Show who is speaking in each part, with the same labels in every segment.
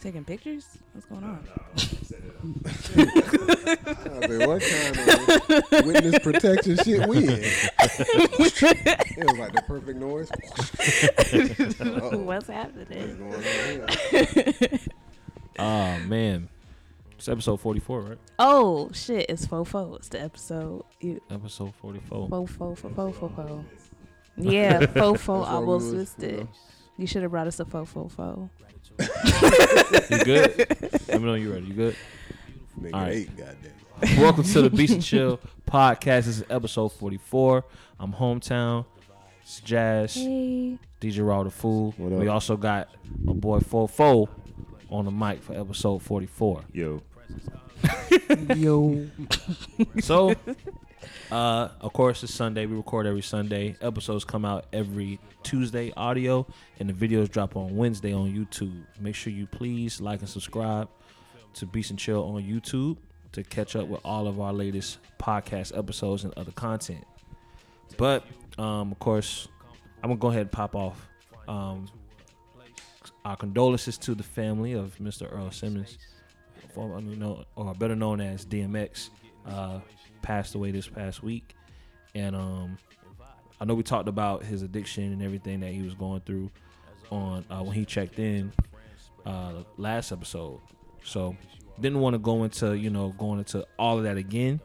Speaker 1: Taking pictures? What's going on?
Speaker 2: I said, what kind of witness protection shit we in? it was like the perfect noise. Uh-oh.
Speaker 1: What's
Speaker 2: What's
Speaker 1: happening?
Speaker 2: going on here?
Speaker 3: Oh man, it's episode forty-four, right?
Speaker 1: Oh shit! It's fofo. It's the episode. You
Speaker 3: Episode forty-four.
Speaker 1: fofo fofo fofo. Yeah, fofo.
Speaker 2: That's
Speaker 1: I
Speaker 2: what we
Speaker 1: was
Speaker 2: was-
Speaker 1: listed. You should have brought us a fofo fo.
Speaker 3: You good? Let me know you ready. You good?
Speaker 2: Nigga
Speaker 3: All right.
Speaker 2: eight, goddamn.
Speaker 3: Welcome to the Beast and Chill podcast. This is episode forty-four. I'm hometown. It's Jazz.
Speaker 1: Hey,
Speaker 3: DJ Raw the Fool.
Speaker 4: What
Speaker 3: We
Speaker 4: up?
Speaker 3: also got my boy Fofo on the mic for episode forty-four.
Speaker 4: Yo,
Speaker 2: Yo.
Speaker 3: So, uh, of course, it's Sunday. We record every Sunday. Episodes come out every Tuesday, audio, and the videos drop on Wednesday on YouTube. Make sure you please like and subscribe to Beast and Chill on YouTube to catch up with all of our latest podcast episodes and other content. But, um, of course, I'm going to go ahead and pop off. Um, our condolences to the family of Mr. Earl Simmons, former- I mean, no- or better known as DMX, uh, passed away this past week. And um, I know we talked about his addiction and everything that he was going through on uh, when he checked in uh, last episode. So didn't want to go into you know going into all of that again.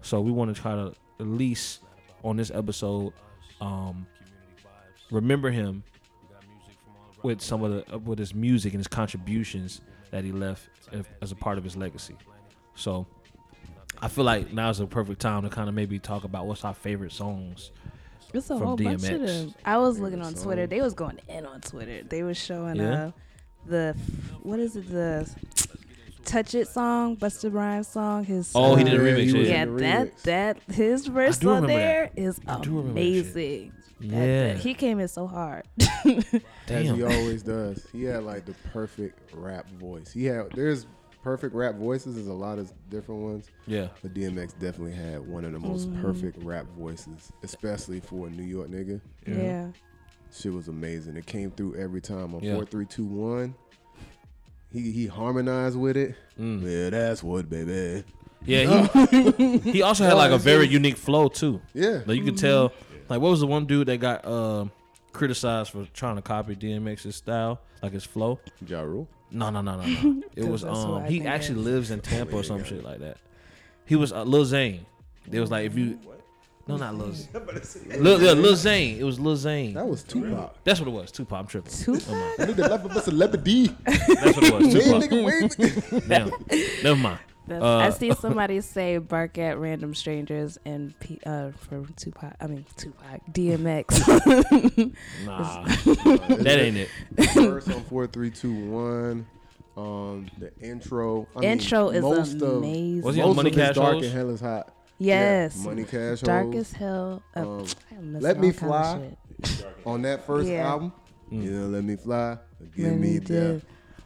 Speaker 3: So we want to try to at least on this episode um, remember him with some of the with his music and his contributions that he left if- as a part of his legacy. So I feel like now's the perfect time to kind of maybe talk about what's our favorite songs.
Speaker 1: it's a
Speaker 3: From
Speaker 1: whole bunch of
Speaker 3: DMX.
Speaker 1: them. I was looking on
Speaker 2: Favorite
Speaker 1: Twitter.
Speaker 2: song.
Speaker 1: They was going in on Twitter. They was showing
Speaker 3: Yeah.
Speaker 1: uh the what is it the Touch It song, Buster Rhymes song. His
Speaker 3: Oh, he
Speaker 1: uh,
Speaker 3: did a remix,
Speaker 2: he was
Speaker 1: Yeah,
Speaker 2: in the
Speaker 1: that
Speaker 2: remix.
Speaker 1: that his verse
Speaker 3: do
Speaker 1: on
Speaker 3: remember
Speaker 1: there
Speaker 3: that.
Speaker 1: is
Speaker 3: I do remember that shit.
Speaker 1: amazing. That- that- he came in so hard.
Speaker 2: As he
Speaker 3: Damn.
Speaker 2: always does. He had like the perfect rap voice. He had there's perfect rap voices. There's a lot of different ones,
Speaker 3: Yeah.
Speaker 2: but DMX definitely had one of the most perfect rap voices, especially for a New York nigga.
Speaker 1: yeah.
Speaker 2: Shit was amazing. It came through every time on
Speaker 3: Yeah.
Speaker 2: four, three, two, one. He he harmonized with it.
Speaker 3: Mm.
Speaker 2: Yeah, that's what, baby.
Speaker 3: Yeah. He, he also had like a
Speaker 2: it's
Speaker 3: very
Speaker 2: just-
Speaker 3: unique flow too.
Speaker 2: Yeah,
Speaker 3: Like you could tell. Like what was the one dude that got uh, criticized for trying to copy DMX's style, like his flow?
Speaker 2: ja Rule.
Speaker 3: No, no, no, no, no. It
Speaker 1: 'Cause
Speaker 3: was
Speaker 1: that's who
Speaker 3: um
Speaker 1: I
Speaker 3: he
Speaker 1: think
Speaker 3: actually
Speaker 1: is.
Speaker 3: lives in Tampa or some shit like that. He was uh, Lil Zane. It was like if you No, not Lil Zane. Lil, yeah, Lil Zane. It was Lil Zane.
Speaker 2: That was Tupac.
Speaker 3: That's what it was. Tupac, I'm tripping.
Speaker 1: Tupac?
Speaker 2: Nigga, the left of a celebrity.
Speaker 3: That's what it was.
Speaker 2: Man,
Speaker 3: Tupac.
Speaker 2: nigga, wait.
Speaker 3: Damn. Never mind.
Speaker 1: That's-
Speaker 3: Uh,
Speaker 1: I see somebody say bark at random strangers and P, uh for Tupac. I mean Tupac DMX.
Speaker 3: Nah. that ain't it.
Speaker 2: First on four, three, two, one. Um, the intro. I mean,
Speaker 1: Intro is
Speaker 2: most Of,
Speaker 1: amazing.
Speaker 3: Was he on
Speaker 2: most
Speaker 3: Money
Speaker 2: of it's
Speaker 3: Cash
Speaker 2: dark
Speaker 3: Hoes?
Speaker 2: and hell is hot.
Speaker 1: yes.
Speaker 2: Yeah, Money Cash
Speaker 1: Dark
Speaker 2: Hoes.
Speaker 1: as hell. Uh,
Speaker 2: Um,
Speaker 1: I missed
Speaker 2: Let
Speaker 1: all kind
Speaker 2: Me
Speaker 1: of
Speaker 2: Fly.
Speaker 1: shit.
Speaker 2: on that first
Speaker 1: Yeah.
Speaker 2: album. Yeah, let me fly. Give
Speaker 1: Let
Speaker 2: me
Speaker 1: me
Speaker 2: death.
Speaker 1: do.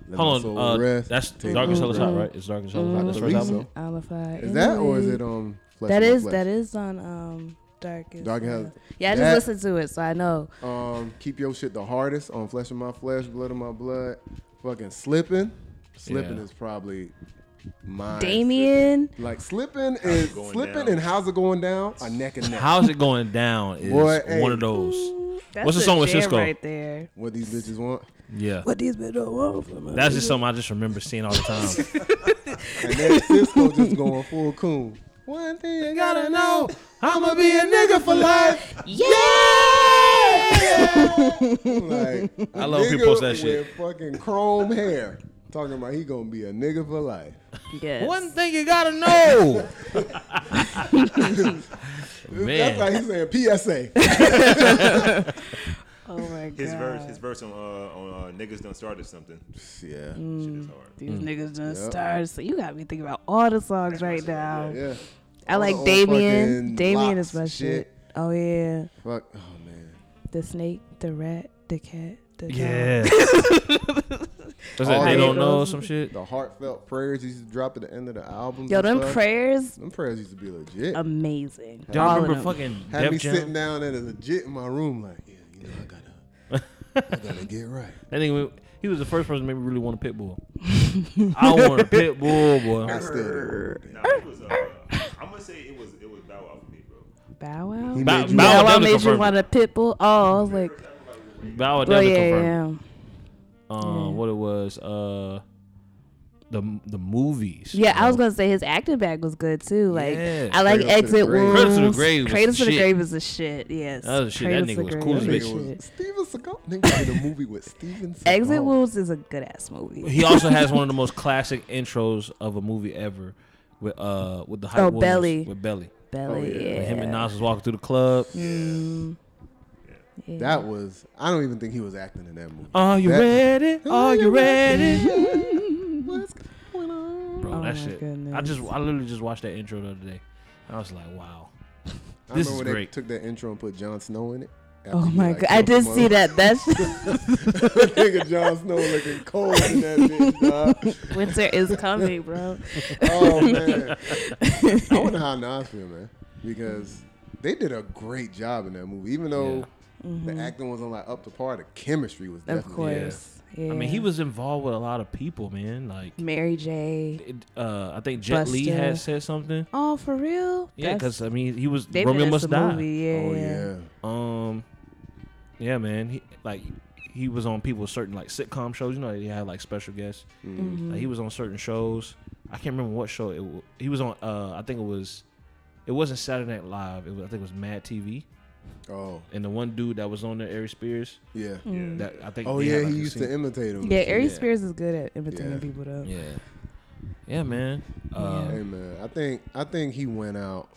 Speaker 2: Let
Speaker 3: Mm. Hold
Speaker 2: my
Speaker 3: on.
Speaker 2: soul
Speaker 3: Uh,
Speaker 2: rest.
Speaker 3: that's
Speaker 2: Take
Speaker 3: Dark
Speaker 2: my
Speaker 3: as Hell is Hot,
Speaker 2: breath.
Speaker 3: right? It's Dark as Hell is
Speaker 2: I
Speaker 3: Hot. That's the
Speaker 2: believe
Speaker 3: first album.
Speaker 2: so.
Speaker 1: I'm a fly.
Speaker 2: Is that or is
Speaker 1: anyway.
Speaker 2: it um? Flesh
Speaker 1: That
Speaker 2: on
Speaker 1: is
Speaker 2: Flesh?
Speaker 1: that is on um Dark as
Speaker 2: Dark as
Speaker 1: Hell.
Speaker 2: Hell.
Speaker 1: Yeah, I
Speaker 2: That-
Speaker 1: just listened to it, so I know.
Speaker 2: Um, keep your shit the hardest on flesh of my flesh, blood of my blood. Fucking slipping, slipping
Speaker 3: Yeah.
Speaker 2: is probably my
Speaker 1: Damien.
Speaker 2: Like slipping is
Speaker 4: going
Speaker 2: slipping
Speaker 4: down?
Speaker 2: and how's it going down? Are neck and neck.
Speaker 3: How's it going down is
Speaker 2: Boy, hey.
Speaker 3: one of those.
Speaker 1: That's
Speaker 3: What's the
Speaker 1: a
Speaker 3: song with
Speaker 1: jam
Speaker 3: Cisco?
Speaker 1: Right there.
Speaker 2: what these bitches want?
Speaker 3: Yeah.
Speaker 1: What these men don't want from us.
Speaker 3: That's just something I just remember seeing all the time.
Speaker 2: And then Cisco just going full coon. One thing you gotta know,
Speaker 3: I'ma
Speaker 2: be a nigga for life.
Speaker 1: Yeah.
Speaker 2: Like
Speaker 3: I love when people post that shit.
Speaker 2: With fucking chrome hair, talking about he gonna be a nigga for life.
Speaker 1: yes.
Speaker 3: One thing you gotta know.
Speaker 2: That's
Speaker 3: Man.
Speaker 2: like he's saying PSA.
Speaker 1: Oh my god.
Speaker 4: his verse, his verse on uh, on uh, niggas done started something.
Speaker 2: yeah,
Speaker 4: Shit is hard.
Speaker 3: Mm.
Speaker 1: These niggas done stars. So you got me thinking about all the songs right now.
Speaker 2: yeah.
Speaker 1: I like
Speaker 2: All the old
Speaker 1: Damien.
Speaker 2: fucking
Speaker 1: Damien is
Speaker 2: locks
Speaker 1: my
Speaker 2: and
Speaker 1: shit. Oh yeah.
Speaker 2: Fuck, oh man.
Speaker 1: The snake, the rat, the cat, the dog.
Speaker 3: Yeah. Does
Speaker 2: All
Speaker 3: that they
Speaker 2: the-
Speaker 3: don't know some shit?
Speaker 2: The heartfelt prayers he used to drop at the end of the album.
Speaker 1: Yo, them
Speaker 2: prayers.
Speaker 1: prayers
Speaker 2: Them prayers used to be legit.
Speaker 1: amazing.
Speaker 3: Y'all
Speaker 1: All of
Speaker 3: remember
Speaker 1: them.
Speaker 3: fucking
Speaker 2: Had me
Speaker 3: Def
Speaker 2: sitting
Speaker 3: Jam?
Speaker 2: down and legit in my room, like, yeah, you know, I gotta, I gotta get right.
Speaker 3: That nigga, went- He was the first person to make me really want a pit bull. I want a pit bull,
Speaker 2: I
Speaker 3: boy.
Speaker 2: still.
Speaker 4: Nah, it was. Uh, I'm gonna say it was. It was Bow Wow for me, bro.
Speaker 1: Bow Wow.
Speaker 2: He
Speaker 3: Bow-
Speaker 2: made you-
Speaker 3: Bow
Speaker 1: Bow
Speaker 3: Wow
Speaker 1: Wow
Speaker 3: definitely
Speaker 1: made you
Speaker 3: confirmed
Speaker 1: want a pit bull. Oh, I was like,
Speaker 3: Bow Wow
Speaker 1: oh
Speaker 3: definitely
Speaker 1: yeah,
Speaker 3: confirmed.
Speaker 1: yeah,
Speaker 3: Um, what it was, uh, the the movies.
Speaker 1: yeah. I
Speaker 3: bro.
Speaker 1: was gonna say his acting back was good too. Like,
Speaker 3: Yeah.
Speaker 1: I like
Speaker 2: Cradle to the
Speaker 1: Exit
Speaker 2: Grave.
Speaker 1: Wounds.
Speaker 3: Cradle to the Grave was
Speaker 1: Cradle
Speaker 3: the
Speaker 1: to the
Speaker 3: shit.
Speaker 1: Grave is the shit. Yes.
Speaker 3: That was the shit. That
Speaker 1: Cradle to
Speaker 3: nigga
Speaker 1: the
Speaker 3: was
Speaker 1: Grave
Speaker 3: cool
Speaker 2: That
Speaker 1: is
Speaker 3: as
Speaker 1: the
Speaker 2: nigga
Speaker 1: shit.
Speaker 2: was Steven Seagal. Nigga did a movie with Steven Seagal.
Speaker 1: Exit Wounds is a good ass movie.
Speaker 3: He also has one of the most classic intros of a movie ever, with uh with the hype
Speaker 1: Oh,
Speaker 3: Williams,
Speaker 1: Belly.
Speaker 3: with Belly.
Speaker 1: Belly.
Speaker 2: yeah.
Speaker 1: yeah.
Speaker 3: When Oh, him and Nas was walking through the club.
Speaker 1: Mm. Yeah.
Speaker 2: That was. I don't even think he was acting in that movie.
Speaker 3: Are you
Speaker 2: That-
Speaker 3: ready? Are you ready?
Speaker 2: What's going on?
Speaker 3: Bro,
Speaker 1: Oh my
Speaker 3: that shit. I
Speaker 1: goodness.
Speaker 3: just I literally just watched that intro the other day. I was like, wow.
Speaker 2: I
Speaker 3: This
Speaker 2: remember
Speaker 3: is
Speaker 2: when they
Speaker 3: great.
Speaker 2: took that intro and put Jon Snow in it. After
Speaker 1: Oh
Speaker 2: he,
Speaker 1: my
Speaker 2: like,
Speaker 1: god, I
Speaker 2: killed
Speaker 1: did
Speaker 2: the
Speaker 1: see that. That's
Speaker 2: mother- nigga Jon Snow looking cold in that bitch. dog.
Speaker 1: winter is coming, bro.
Speaker 2: Oh man, I wonder how Nas feel, man, because they did a great job in that movie. Even though the acting wasn't like up to par, the chemistry was
Speaker 1: Mm-hmm. Of
Speaker 2: definitely
Speaker 1: course. Yeah.
Speaker 3: I mean, he was involved with a lot of people, man. Like,
Speaker 1: Mary J.
Speaker 3: it, uh, I think Jet Li
Speaker 1: Busta.
Speaker 3: had said something.
Speaker 1: Oh, for real?
Speaker 3: Yeah,
Speaker 1: That's-
Speaker 3: because I mean, he was
Speaker 1: they
Speaker 3: Romeo
Speaker 1: made us
Speaker 3: Must
Speaker 1: a
Speaker 3: Die.
Speaker 1: Movie. Yeah,
Speaker 2: Oh
Speaker 1: yeah.
Speaker 2: yeah,
Speaker 3: Um, yeah, man. He like he was on people's certain like sitcom shows. You know, they had like special guests. Like, he was on certain shows. I can't remember what show it. wa- He was on. Uh, I think it was. It wasn't Saturday Night Live. It was, I think it was Mad TV.
Speaker 2: oh
Speaker 3: And the one dude that was on there, Ari Spears.
Speaker 2: yeah.
Speaker 4: Yeah.
Speaker 3: Mm. That I think.
Speaker 2: Oh
Speaker 3: they had,
Speaker 2: yeah,
Speaker 3: like,
Speaker 2: he
Speaker 3: a
Speaker 2: used
Speaker 3: scene-
Speaker 2: to imitate him.
Speaker 1: Mm. Yeah, Ari
Speaker 3: Yeah.
Speaker 1: Spears is good at imitating
Speaker 2: Yeah.
Speaker 1: people though.
Speaker 3: Yeah. Yeah, man. Uh,
Speaker 2: Hey man, I think I think he went out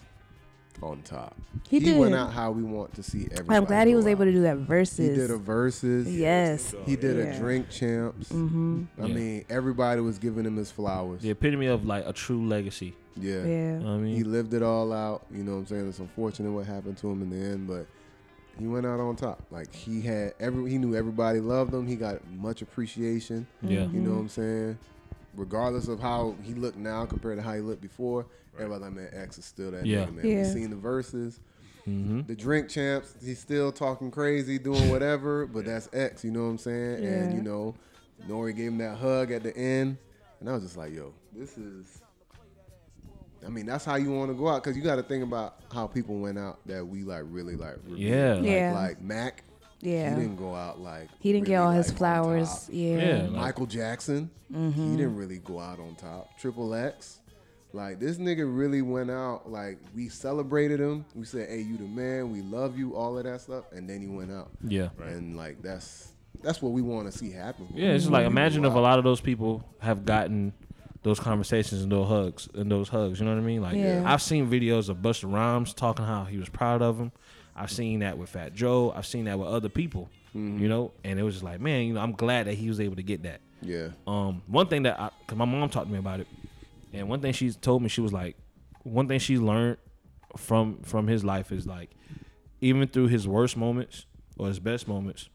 Speaker 2: on top.
Speaker 1: He did.
Speaker 2: went out how we want to see everybody.
Speaker 1: I'm glad he was able to do that
Speaker 2: He
Speaker 1: versus.
Speaker 2: did a versus.
Speaker 1: yes.
Speaker 2: He did
Speaker 1: Yeah.
Speaker 2: a drink champs. Mm-hmm. I
Speaker 3: Yeah.
Speaker 2: mean, everybody was giving him his flowers.
Speaker 3: The epitome of like a true legacy.
Speaker 2: Yeah.
Speaker 1: Yeah.
Speaker 3: You know what I mean,
Speaker 2: He lived it all out. You know what I'm saying? It's unfortunate what happened to him in the end, but he went out on top. Like he had every he knew everybody loved him. He got much appreciation.
Speaker 3: yeah.
Speaker 2: You know what I'm saying? Regardless of how he looked now compared to how he looked before, everybody like, man, X is still that
Speaker 3: Yeah.
Speaker 2: nigga, man.
Speaker 1: Yeah.
Speaker 2: We seen the verses.
Speaker 3: Mm-hmm.
Speaker 2: The drink champs, he's still talking crazy, doing whatever, but that's X, you know what I'm saying? And
Speaker 1: Yeah.
Speaker 2: you know, Nori gave him that hug at the end. And I was just like, yo, this is I mean, that's how you want to go out, cause you got to think about how people went out that we like really like. revered.
Speaker 3: Yeah.
Speaker 2: Like,
Speaker 1: Yeah.
Speaker 2: Like Mac,
Speaker 1: Yeah.
Speaker 2: he didn't go out like.
Speaker 1: He didn't get
Speaker 2: really,
Speaker 1: all his
Speaker 2: like, on top.
Speaker 1: flowers. Yeah. Mm-hmm.
Speaker 3: Yeah. Like-
Speaker 2: Michael Jackson, he didn't really go out on top. Triple X, like this nigga really went out. Like we celebrated him. We said, "Hey, you the man. We love you." All of that stuff, and then he went out.
Speaker 3: Yeah.
Speaker 2: And like that's that's what we want to see happen.
Speaker 3: Yeah, it's just like
Speaker 2: People
Speaker 3: imagine
Speaker 2: go
Speaker 3: if a
Speaker 2: out.
Speaker 3: lot of those people have gotten those conversations and those hugs and those hugs. You know what I mean? Like
Speaker 1: Yeah.
Speaker 3: I've seen videos of Busta Rhymes talking how he was proud of him. I've seen that with Fat Joe. I've seen that with other people.
Speaker 2: Mm-hmm.
Speaker 3: You know, and it was just like, man, you know, I'm glad that he was able to get that.
Speaker 2: Yeah.
Speaker 3: Um, one thing that I, cause my mom talked to me about it, and one thing she's told me, she was like, one thing she learned from from his life is like, even through his worst moments or his best moments,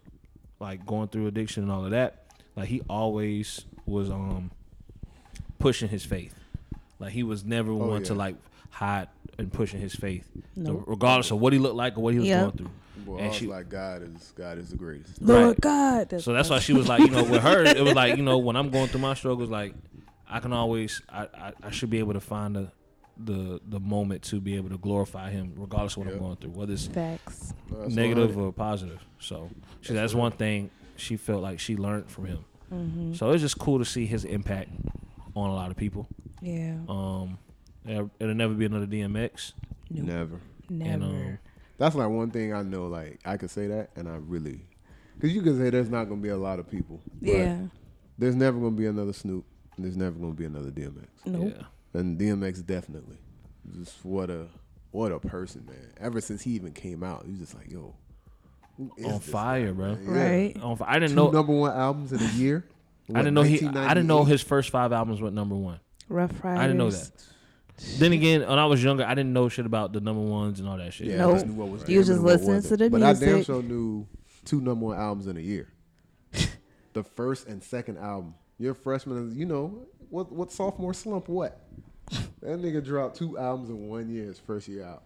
Speaker 3: like going through addiction and all of that, like he always was um pushing his faith. Like he was never one to
Speaker 2: yeah.
Speaker 3: like hide and pushing his faith, so regardless of what he looked like or what he was
Speaker 1: Yeah.
Speaker 3: going through.
Speaker 2: Boy, I
Speaker 3: and
Speaker 2: was
Speaker 3: she,
Speaker 2: like, God is God is the greatest.
Speaker 1: Lord
Speaker 3: Right.
Speaker 1: God. That's
Speaker 3: so that's why she was like, you know, with her, it was like, you know, when I'm going through my struggles, like, I can always, I, I, I should be able to find the, the, the moment to be able to glorify Him, regardless of what I'm
Speaker 2: Yep.
Speaker 3: going through, whether it's
Speaker 1: facts.
Speaker 2: No, that's
Speaker 3: negative
Speaker 2: 100.
Speaker 3: or positive. So, she, that's one thing she felt like she learned from him.
Speaker 1: Mm-hmm.
Speaker 3: So it's just cool to see his impact on a lot of people.
Speaker 1: Yeah.
Speaker 3: Um, it'll it'll never be another DMX.
Speaker 2: Never.
Speaker 1: Never.
Speaker 3: And um,
Speaker 2: That's like one thing I know. Like I could say that, and I really, because you could say there's not gonna be a lot of people. but
Speaker 1: yeah.
Speaker 2: There's never gonna be another Snoop. And there's never gonna be another DMX.
Speaker 1: Nope.
Speaker 3: yeah,
Speaker 2: And DMX definitely. Just what a what a person, man. Ever since he even came out, he was just like, yo, who is
Speaker 3: on
Speaker 2: this
Speaker 3: fire, bro.
Speaker 2: guy? Yeah.
Speaker 1: Right.
Speaker 3: On fi- I didn't
Speaker 2: Two
Speaker 3: know.
Speaker 2: number one albums in a year.
Speaker 3: I didn't know he. I didn't know his first five albums went number one.
Speaker 1: Rough Riders.
Speaker 3: I didn't know that. Then again, when I was younger, I didn't know shit about the number ones and all that shit.
Speaker 2: Yeah, I
Speaker 1: Nope.
Speaker 2: just knew what was
Speaker 1: You was
Speaker 2: jamming
Speaker 1: just
Speaker 2: and what
Speaker 1: listening
Speaker 2: wasn't.
Speaker 1: to the
Speaker 2: but I damn
Speaker 1: music.
Speaker 2: sure knew two number one albums in a year. the first and second album. Your freshman, is- you know what? What sophomore slump? What? That nigga dropped two albums in one year. His first year out,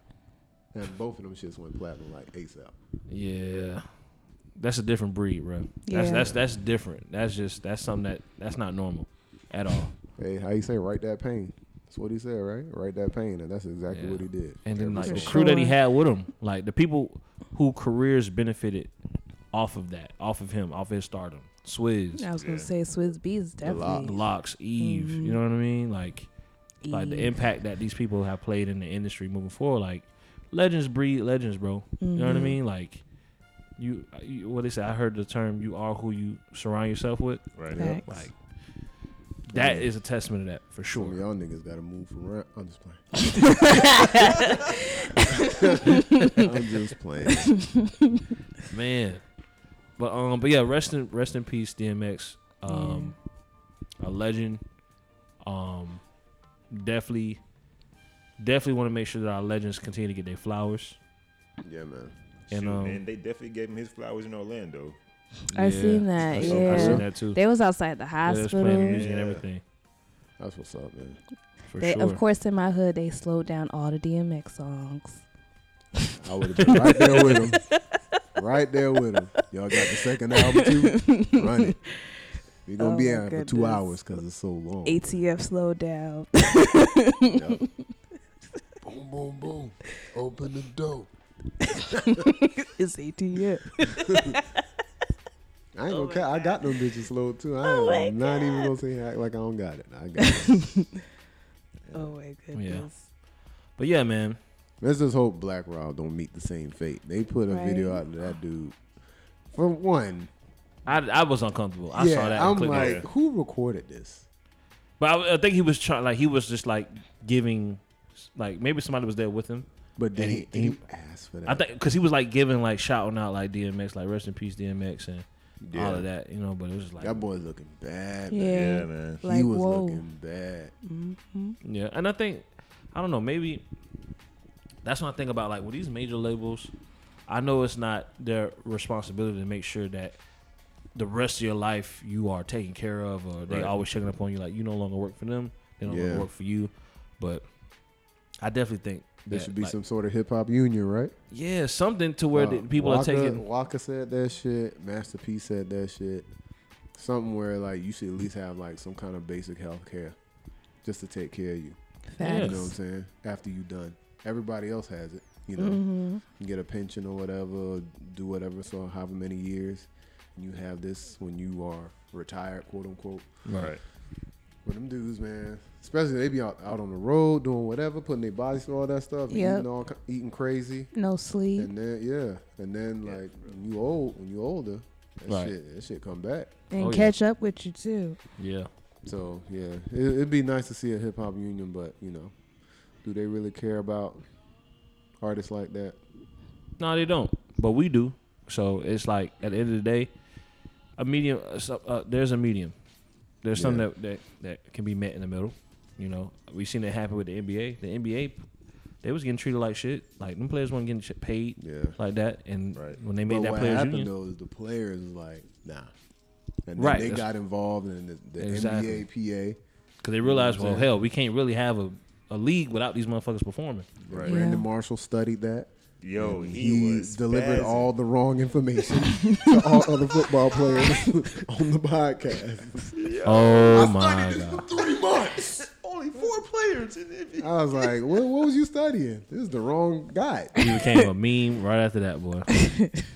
Speaker 2: and both of them shits went platinum like ASAP.
Speaker 3: Yeah, that's a different breed, bro. That's
Speaker 1: Yeah.
Speaker 3: that's that's different. That's just that's something that that's not normal at all.
Speaker 2: Hey, how you say write that pain? That's what he said, right? Write that pain, and that's exactly
Speaker 3: Yeah.
Speaker 2: what he did.
Speaker 3: And then
Speaker 2: Every
Speaker 3: like the
Speaker 1: For
Speaker 2: single-
Speaker 3: crew that he
Speaker 1: sure.
Speaker 3: had with him, like the people who careers benefited off of that, off of him, off his stardom. Swizz,
Speaker 1: I was gonna
Speaker 4: Yeah.
Speaker 1: say Swizz Beats
Speaker 2: lot-
Speaker 1: definitely.
Speaker 3: Locks, Eve. You know what I mean? Like like the
Speaker 1: Eve.
Speaker 3: impact that these people have played in the industry moving forward. Like legends breed legends, bro. You know what I
Speaker 1: Mhm.
Speaker 3: mean? Like you, you what they say. I heard the term "you are who you surround yourself with."
Speaker 4: Right.
Speaker 2: Yeah.
Speaker 1: Facts.
Speaker 3: Like that
Speaker 2: Yeah.
Speaker 3: is a testament to that for
Speaker 2: Some
Speaker 3: sure.
Speaker 2: of y'all niggas gotta move from rent. I'm just playing. I'm just playing.
Speaker 3: Man. But um but yeah, rest in rest in peace, DMX. Um a legend. Um definitely definitely want to make sure that our legends continue to get their flowers.
Speaker 2: Yeah, man.
Speaker 3: And,
Speaker 4: Shoot,
Speaker 3: um,
Speaker 4: man, they definitely gave him his flowers in Orlando.
Speaker 1: I seen that,
Speaker 3: I seen,
Speaker 2: yeah.
Speaker 3: I seen that too.
Speaker 1: They was outside the
Speaker 3: Yeah, they was playing
Speaker 1: hospital.
Speaker 3: music and
Speaker 2: Yeah.
Speaker 3: everything.
Speaker 2: That's what's up, man.
Speaker 3: For
Speaker 1: They,
Speaker 3: sure.
Speaker 1: Of course, in my hood, they slowed down all the DMX songs.
Speaker 2: I would have been right there with him. Right there with him. Y'all got the second album too? Run it. We're gonna
Speaker 1: Oh
Speaker 2: be
Speaker 1: my
Speaker 2: out for two
Speaker 1: goodness.
Speaker 2: hours because it's so long.
Speaker 1: ATF slowed down.
Speaker 2: Yup. boom, boom, boom. Open the door.
Speaker 1: it's ATF.
Speaker 2: I ain't
Speaker 1: Oh
Speaker 2: gonna ca- I got them bitches slowed too. I am not even gonna say act like I don't got it. I got it.
Speaker 1: Oh my goodness.
Speaker 3: But yeah, man.
Speaker 2: Let's just hope Black Rob don't meet the same fate. They put a video
Speaker 1: Right.
Speaker 2: out of that dude. For one,
Speaker 3: I, I was uncomfortable. I
Speaker 2: yeah,
Speaker 3: saw that.
Speaker 2: I'm
Speaker 3: clip
Speaker 2: like,
Speaker 3: there.
Speaker 2: who recorded this?
Speaker 3: but I, I think he was trying. Like he was just like giving, like maybe somebody was there with him.
Speaker 2: But did
Speaker 3: And
Speaker 2: he,
Speaker 3: he-
Speaker 2: did he
Speaker 3: he-
Speaker 2: ask for that?
Speaker 3: I think because he was like giving like shouting out like DMX, like rest in peace DMX and all of that, you know. But it was just like,
Speaker 2: that boy's looking bad.
Speaker 1: Yeah.
Speaker 2: Man.
Speaker 4: man.
Speaker 2: he
Speaker 1: Like,
Speaker 2: was
Speaker 1: whoa.
Speaker 2: looking bad.
Speaker 3: yeah. And I think I don't know. Maybe that's what I think about. Like with these major labels, I know it's not their responsibility to make sure that the rest of your life you are taken care of, or they
Speaker 4: Right.
Speaker 3: always checking up on you. Like you no longer work for them. They no
Speaker 2: Yeah.
Speaker 3: longer work for you. But I definitely think
Speaker 2: There
Speaker 3: that,
Speaker 2: should be
Speaker 3: like,
Speaker 2: some sort of hip hop union, right?
Speaker 3: yeah something to where
Speaker 2: Uh,
Speaker 3: the people
Speaker 2: Waka-
Speaker 3: are taking
Speaker 2: Waka said that shit. Master P said that shit. Something where like you should at least have like some kind of basic health care, just to take care of you. You know what I'm
Speaker 1: Facts.
Speaker 2: saying? After you done, everybody else has it. You know, you get a pension or whatever, do whatever. So however many years, and you have this when you are retired, quote unquote.
Speaker 4: Right.
Speaker 2: But them dudes, man, especially they be out, out on the road doing whatever, putting their bodies through all that stuff,
Speaker 1: Yep.
Speaker 2: eating all ki- eating crazy,
Speaker 1: No sleep.
Speaker 2: and then yeah, and then
Speaker 4: Yeah,
Speaker 2: like when you old, when you older, that
Speaker 3: Right.
Speaker 2: shit, that shit come back.
Speaker 1: And
Speaker 3: Oh, yeah.
Speaker 1: catch up with you, too.
Speaker 3: yeah
Speaker 2: So yeah, it, it'd be nice to see a hip hop union, but you know, do they really care about artists like that?
Speaker 3: No, they don't. But we do. So it's like at the end of the day, a medium. uh, so- Uh, there's a medium. There's something
Speaker 2: Yeah.
Speaker 3: that, that that can be met in the middle. You know, we seen it happen with the NBA. The NBA, they was getting treated like shit. Like them players weren't getting shit paid
Speaker 2: Yeah.
Speaker 3: like that. And
Speaker 4: Right.
Speaker 3: when they made
Speaker 2: but
Speaker 3: that
Speaker 2: what
Speaker 3: players
Speaker 2: happened
Speaker 3: union,
Speaker 2: though is the players was like, nah. And then
Speaker 3: Right,
Speaker 2: they
Speaker 3: that's-
Speaker 2: got involved in the, the
Speaker 3: Exactly.
Speaker 2: NBA, PA.
Speaker 3: because they realized, well,
Speaker 2: Yeah.
Speaker 3: hell, we can't really have a, a league without these motherfuckers performing.
Speaker 4: Right.
Speaker 1: Yeah.
Speaker 2: Brandon Marshall studied that.
Speaker 4: Yo,
Speaker 2: And
Speaker 4: he,
Speaker 2: he,
Speaker 4: was
Speaker 2: delivered
Speaker 4: spazzing.
Speaker 2: all the wrong information to all other football players on the podcast.
Speaker 3: Oh my god!
Speaker 2: Three months.
Speaker 4: Only four players in the
Speaker 2: I was like, what, what was you studying? This is the wrong guy.
Speaker 3: He became a meme right after that, boy.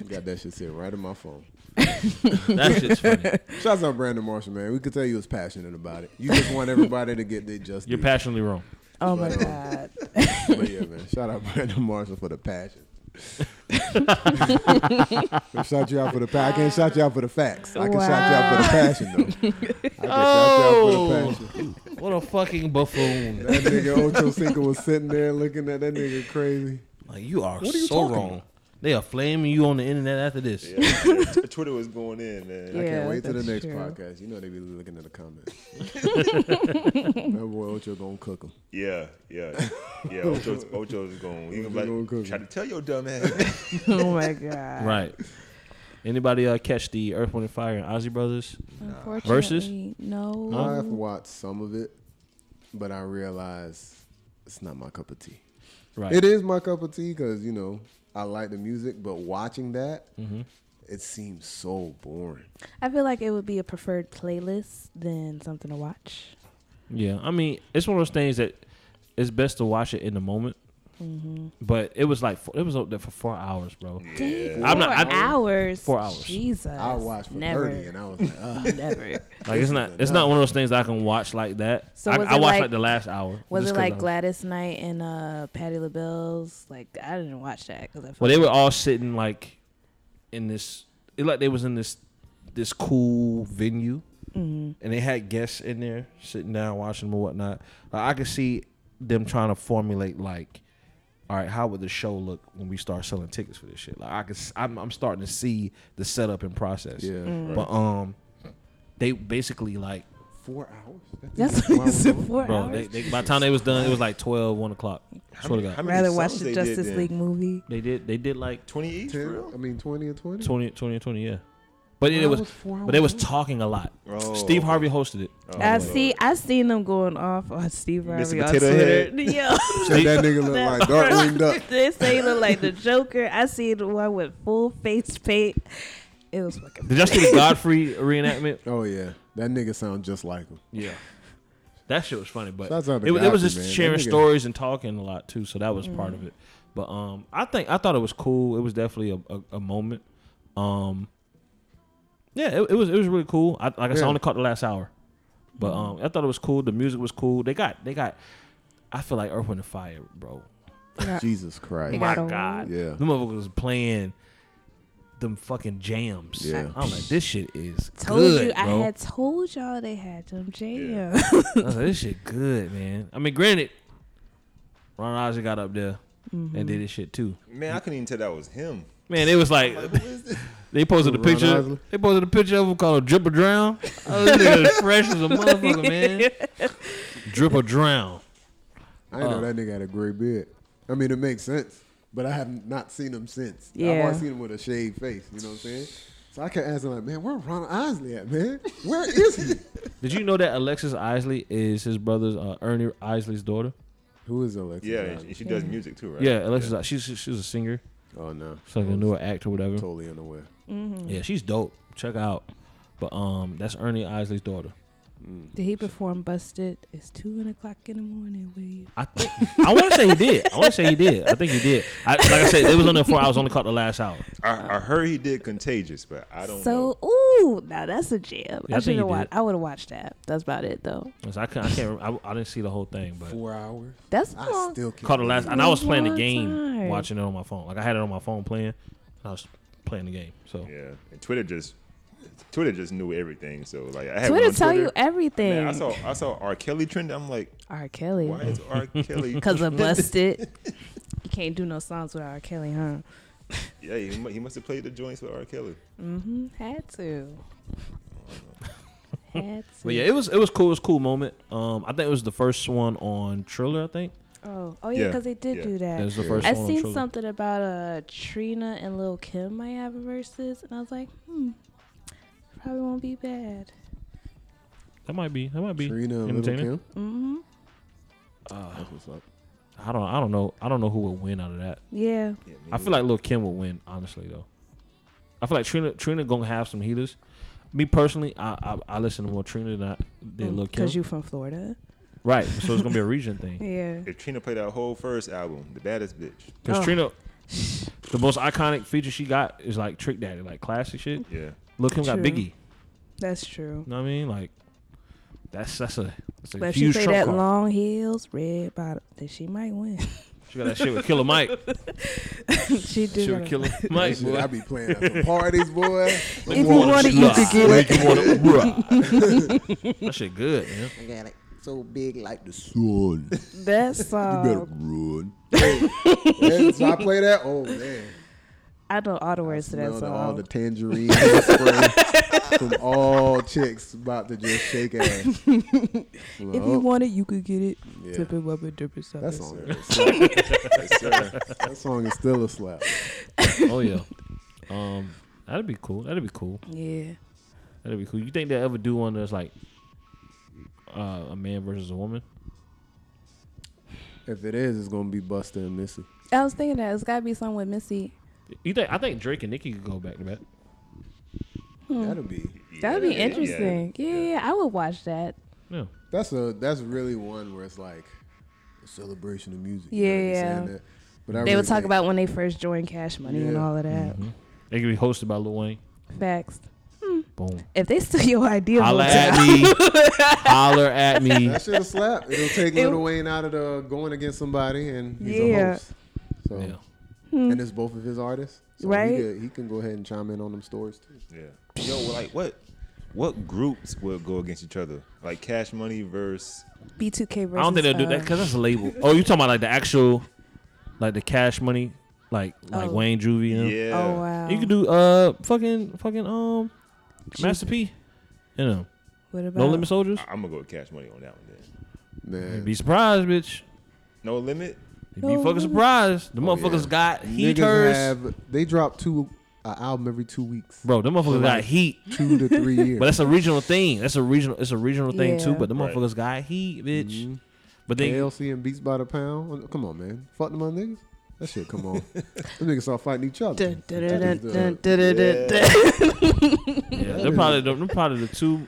Speaker 2: Got that shit sitting right in my phone.
Speaker 3: That shit's funny.
Speaker 2: Shouts out Brandon Marshall, man. We could tell you was passionate about it. You just want everybody to get their just.
Speaker 3: You're
Speaker 2: due.
Speaker 3: passionately wrong.
Speaker 1: Oh, my God.
Speaker 2: But yeah, man. Shout out Brandon Marshall for the passion. I shout you out for the pa- I can't shout you out for the facts. I can shout you out for the passion though. I can shout you out for the passion.
Speaker 3: What a fucking buffoon!
Speaker 2: That nigga Ocho Cinco was sitting there looking at that nigga crazy.
Speaker 3: Like you are,
Speaker 2: are you
Speaker 3: so
Speaker 2: talking
Speaker 3: wrong.
Speaker 2: about?
Speaker 3: They are flaming you on the internet after this.
Speaker 4: NBA. Yeah, Twitter was going in, man.
Speaker 2: I
Speaker 1: Yeah,
Speaker 2: can't wait till the
Speaker 1: that's
Speaker 2: next
Speaker 1: true.
Speaker 2: podcast. You know they be looking at the comments. that boy Ocho gonna cook him.
Speaker 4: Yeah, yeah, yeah. Ocho's, Ocho's going. He gonna
Speaker 2: Ocho's
Speaker 4: be
Speaker 2: gonna
Speaker 4: like,
Speaker 2: cook
Speaker 4: try
Speaker 2: him.
Speaker 4: to tell your dumb ass.
Speaker 1: oh, my God.
Speaker 3: Right. Anybody uh, catch the Earth, Wind, and Fire and Ozzy Brothers?
Speaker 1: Unfortunately,
Speaker 3: Versus?
Speaker 1: No.
Speaker 2: I've watched some of it, but I realize it's not my cup of tea.
Speaker 3: Right.
Speaker 1: Mm-hmm.
Speaker 2: It is my cup of tea because you know I like the music, but watching that, it seems so boring.
Speaker 1: I feel like it would be a preferred playlist than something to watch.
Speaker 3: Yeah, I mean, it's one of those things that it's best to watch it in the moment.
Speaker 1: Mm-hmm.
Speaker 3: But it was like four, it was up there for four hours, bro.
Speaker 1: Dang,
Speaker 3: I'm
Speaker 1: four
Speaker 3: not- I'm-
Speaker 1: hours.
Speaker 3: Four hours.
Speaker 1: Jesus.
Speaker 2: I watched for
Speaker 1: Never.
Speaker 2: thirty, and I was like, ah.
Speaker 1: Never.
Speaker 3: Like it's not it's not one of those things I can watch like that.
Speaker 1: So
Speaker 3: I,
Speaker 1: was
Speaker 3: I
Speaker 1: it
Speaker 3: watched like,
Speaker 1: like-
Speaker 3: the last hour.
Speaker 1: Was
Speaker 3: just
Speaker 1: it
Speaker 3: 'cause
Speaker 1: like
Speaker 3: I-
Speaker 1: Gladys Knight and uh, Patty LaBelle's? Like I didn't watch that because I felt
Speaker 3: Well, they were all sitting like in this. It like they was in this this cool venue, and they had guests in there sitting down watching them and whatnot. Like, I could see them trying to formulate like, all right, how would the show look when we start selling tickets for this shit? Like I could, s- I'm, I'm starting to see the setup and process.
Speaker 2: Yeah. Mm.
Speaker 3: but um, they basically like,
Speaker 2: four hours.
Speaker 1: that's what it's four
Speaker 3: bro,
Speaker 1: hours.
Speaker 3: they, they, by the time they was done, it was like 12, 1 o'clock. Swear to
Speaker 4: many-
Speaker 3: God.
Speaker 4: how many
Speaker 1: rather
Speaker 4: songs
Speaker 1: watch the
Speaker 4: they did
Speaker 1: Justice
Speaker 4: then?
Speaker 1: League movie.
Speaker 3: They did, they did like
Speaker 4: 20 each, for
Speaker 2: Ten,
Speaker 4: real?
Speaker 2: I mean, twenty or twenty.
Speaker 3: 20, 20 and 20, yeah. But it,
Speaker 2: Four
Speaker 3: was,
Speaker 2: hours, four
Speaker 3: but they was
Speaker 2: hours.
Speaker 3: talking a lot.
Speaker 4: Oh.
Speaker 3: Steve Harvey hosted it.
Speaker 2: Oh.
Speaker 1: I see. I seen them going off on Steve Harvey on
Speaker 4: Potato
Speaker 1: Twitter.
Speaker 4: Head.
Speaker 1: Yeah,
Speaker 2: Shit, that nigga look like dark winged duck.
Speaker 1: they say he look like the Joker. I seen the one with full face paint. It was fucking.
Speaker 3: Did y'all see the Godfrey reenactment?
Speaker 2: Oh yeah, that nigga sound just like him.
Speaker 3: Yeah, that shit was funny. But
Speaker 2: Shouts out to
Speaker 3: it, was- it was
Speaker 2: Godfrey,
Speaker 3: just
Speaker 2: man. That
Speaker 3: sharing
Speaker 2: nigga-
Speaker 3: stories and talking a lot too. So that was part of it. But um, I think I thought it was cool. It was definitely a, a, a moment. Um, yeah, it, it was it was really cool. I, like I said, I
Speaker 2: Yeah. Mm.
Speaker 3: only caught the last hour, but um, I thought it was cool. The music was cool. They got they got. I feel like Earth Wind and Fire, bro.
Speaker 2: Jesus Christ.
Speaker 1: They
Speaker 3: My
Speaker 1: got old.
Speaker 3: God,
Speaker 2: Yeah.
Speaker 3: the motherfuckers was playing them fucking jams.
Speaker 2: Yeah.
Speaker 3: I'm like, this shit is
Speaker 1: Told
Speaker 3: good,
Speaker 1: you,
Speaker 3: bro.
Speaker 1: I had told y'all they had them jam.
Speaker 3: I was like, this shit good, man. I mean, granted, Ron Roger got up there
Speaker 1: Mm-hmm.
Speaker 3: and did his shit too.
Speaker 4: Man, I couldn't even tell that was him.
Speaker 3: Man, it was like
Speaker 4: Who is this?
Speaker 3: they posted a
Speaker 2: Ron
Speaker 3: picture.
Speaker 2: Isley?
Speaker 3: They posted a picture of him called "Drip or Drown." Oh, this nigga is fresh as a motherfucker, man. Drip or drown.
Speaker 2: I didn't
Speaker 1: uh,
Speaker 2: know that nigga had a gray beard. I mean, it makes sense, but I have not seen him since. I've
Speaker 1: Yeah.
Speaker 2: only seen him with a shaved face. You know what I'm saying? So I kept asking, like, man, where Ron Isley at, man? Where is he?
Speaker 3: Did you know that Alexis Isley is his brother's uh, Ernie Isley's daughter?
Speaker 2: Who is Alexis?
Speaker 4: Yeah,
Speaker 2: Isley?
Speaker 4: and she does music too, right?
Speaker 3: Yeah, Alexis. She's she's she's a singer.
Speaker 2: Oh no.
Speaker 3: She's like a newer actor, whatever.
Speaker 2: Totally unaware.
Speaker 1: Mm-hmm.
Speaker 3: Yeah, she's dope. Check her out. But um, that's Ernie Isley's daughter.
Speaker 2: Mm.
Speaker 1: Did he perform Busted? It's two and o'clock in the morning, William.
Speaker 3: I think I want to say he did. I want to say he did. I think he did. I, like I said, it was on there four. I was only caught the last hour.
Speaker 4: I, I heard he did Contagious, but I don't know.
Speaker 1: Uh, So, ooh, now that's a jam.
Speaker 3: Yeah, I
Speaker 1: I
Speaker 3: think
Speaker 1: should
Speaker 3: he
Speaker 1: have watched.
Speaker 3: did.
Speaker 1: I would have watched that. That's about it, though.
Speaker 3: So I can't. I, can't remember. I, I didn't see the whole thing, but
Speaker 2: Four hours.
Speaker 1: That's
Speaker 2: I
Speaker 1: long.
Speaker 2: still can't.
Speaker 3: caught the last. And I was playing the
Speaker 1: Long
Speaker 3: game,
Speaker 1: time.
Speaker 3: watching it on my phone. Like I had it on my phone playing. And I was playing the game. So
Speaker 4: Yeah, and Twitter just Twitter just knew everything. So like, I had one
Speaker 1: Twitter
Speaker 4: on
Speaker 1: tell you
Speaker 4: Twitter.
Speaker 1: everything.
Speaker 4: Man, I saw I saw R. Kelly trend. I'm like,
Speaker 1: R. Kelly.
Speaker 4: why is R. Kelly?
Speaker 1: Because of Busted. you can't do no songs with R. Kelly, huh?
Speaker 4: yeah, he, mu- he must have played the joints with R. Kelly.
Speaker 1: Mm-hmm. Had to. Had to.
Speaker 3: but yeah, it was it was cool. It was a cool moment. Um, I think it was the first one on Triller. I think
Speaker 1: Oh, oh yeah,
Speaker 4: Yeah,
Speaker 1: because they did
Speaker 4: yeah.
Speaker 1: do that.
Speaker 3: it was the first
Speaker 1: I
Speaker 3: one. on
Speaker 1: seen
Speaker 3: Triller.
Speaker 1: something about uh Trina and Lil Kim might have a versus, and I was like, hmm, probably won't be bad.
Speaker 3: That might be. That might be.
Speaker 2: Trina and Little
Speaker 3: entertaining.
Speaker 2: Kim.
Speaker 1: Mm-hmm. Uh,
Speaker 2: That's what's up.
Speaker 3: I don't. I don't know. I don't know who would win out of that.
Speaker 1: Yeah,
Speaker 4: Yeah, me
Speaker 3: I feel like Lil Kim will win, honestly though. I feel like Trina Trina gonna have some heaters. Me personally, I I, I listen to more Trina than I than Lil Kim.
Speaker 1: because Oh, you from Florida.
Speaker 3: right, so it's gonna be a region thing.
Speaker 1: Yeah,
Speaker 4: If Trina played that whole first album, the baddest bitch.
Speaker 3: Because
Speaker 1: Oh.
Speaker 3: Trina, the most iconic feature she got is like Trick Daddy, like classic shit.
Speaker 4: Yeah,
Speaker 3: Lil Kim got
Speaker 1: True.
Speaker 3: Biggie. You
Speaker 1: that's true.
Speaker 3: know what I mean? Like that's that's a that's a
Speaker 1: But if she
Speaker 3: huge
Speaker 1: play
Speaker 3: trump
Speaker 1: that
Speaker 3: card.
Speaker 1: long heels, red bottom, then she might win.
Speaker 3: She got that shit with Killer Mike.
Speaker 1: she do.
Speaker 3: she
Speaker 1: got
Speaker 3: with
Speaker 1: a-
Speaker 3: Killer Mike.
Speaker 2: That shit I
Speaker 3: boy.
Speaker 2: be playing at the parties, boy.
Speaker 1: If you want it, you
Speaker 3: Nah,
Speaker 1: can get
Speaker 3: make
Speaker 1: it.
Speaker 3: you want it. bruh. that shit good, man.
Speaker 5: I got it so big like the
Speaker 2: Son, you
Speaker 1: That
Speaker 2: better
Speaker 1: song.
Speaker 2: run. And so I play that. Oh man.
Speaker 1: I know all the words to that
Speaker 2: Smell the- all the
Speaker 1: song.
Speaker 2: tangerine hairspray from all chicks about to just shake ass.
Speaker 1: If you want it, you could get it.
Speaker 2: Yeah.
Speaker 1: Tip it, rub it, drip it, suck
Speaker 2: that
Speaker 1: it.
Speaker 2: song,
Speaker 4: Yes,
Speaker 2: is-
Speaker 4: sir. Yes, sir.
Speaker 2: that song is still a slap.
Speaker 3: Oh yeah. Um, that'd be cool. That'd be cool.
Speaker 1: Yeah.
Speaker 3: That'd be cool. You think they'll ever do one that's like uh, a man versus a woman?
Speaker 2: If it is, it's gonna be Buster and Missy.
Speaker 1: I was thinking that it's got to be something with Missy.
Speaker 3: You think? I think Drake and Nicki could go back to back.
Speaker 1: Hmm.
Speaker 2: That'll be.
Speaker 1: That'd be
Speaker 4: Yeah, yeah,
Speaker 1: interesting. Yeah, yeah, I would watch that.
Speaker 3: Yeah.
Speaker 2: That's a. That's really one where it's like a celebration of music.
Speaker 1: Yeah,
Speaker 2: what I'm
Speaker 1: yeah.
Speaker 2: saying? That- But I
Speaker 1: They
Speaker 2: really
Speaker 1: would talk
Speaker 2: think-
Speaker 1: about when they first joined Cash Money and
Speaker 2: Yeah.
Speaker 1: all of that.
Speaker 3: They could be hosted by Lil Wayne.
Speaker 1: Facts.
Speaker 3: Boom.
Speaker 1: If they steal your idea,
Speaker 3: Holler
Speaker 1: we'll
Speaker 3: at
Speaker 1: tell.
Speaker 3: me. Holler at me.
Speaker 2: That shit'll slap. It'll take
Speaker 1: It-
Speaker 2: Lil Wayne out of the going against somebody, and he's a
Speaker 1: Yeah. Hmm.
Speaker 2: host. So,
Speaker 3: Yeah.
Speaker 2: and it's both of his artists. So
Speaker 1: Right.
Speaker 2: He, could, he can go ahead and chime in on them stories too.
Speaker 4: Yeah. Yo, well, like what? What groups would go against each other? Like Cash Money versus
Speaker 1: B2K versus.
Speaker 3: I don't think they'll do that
Speaker 1: uh,
Speaker 3: because that's a label. Oh, you talking about like the actual, like the cash money, like like
Speaker 1: Oh.
Speaker 3: Wayne Juvie. and them?
Speaker 4: Yeah.
Speaker 1: Oh wow.
Speaker 3: You could do uh fucking fucking um Master P. You know,
Speaker 1: What about
Speaker 3: No Limit Soldiers.
Speaker 4: I- I'm gonna go with Cash Money on that one then.
Speaker 2: Man,
Speaker 3: Be surprised, bitch.
Speaker 4: No limit.
Speaker 3: You
Speaker 1: No
Speaker 3: be fucking
Speaker 1: Limit.
Speaker 3: surprised. The
Speaker 2: Oh,
Speaker 3: motherfuckers
Speaker 2: yeah.
Speaker 3: got
Speaker 2: niggas
Speaker 3: heaters.
Speaker 2: have they drop two an album every two weeks,
Speaker 3: Bro, them motherfuckers got
Speaker 2: Like-
Speaker 3: heat.
Speaker 2: two to three years.
Speaker 3: But that's a regional thing. That's a regional. It's a regional thing too.
Speaker 1: Yeah.
Speaker 3: But the
Speaker 4: Right.
Speaker 3: motherfuckers got heat, bitch.
Speaker 2: Mhm.
Speaker 3: But they
Speaker 2: ALC and Beats by the Pound. Come on, man. Fuck them other niggas. That shit, come on. Them niggas start fighting each other.
Speaker 1: Dun, dun, dun,
Speaker 2: That is
Speaker 1: dun,
Speaker 2: the-
Speaker 1: dun, dun, dun, dun.
Speaker 3: Yeah, they're probably the, they're probably the two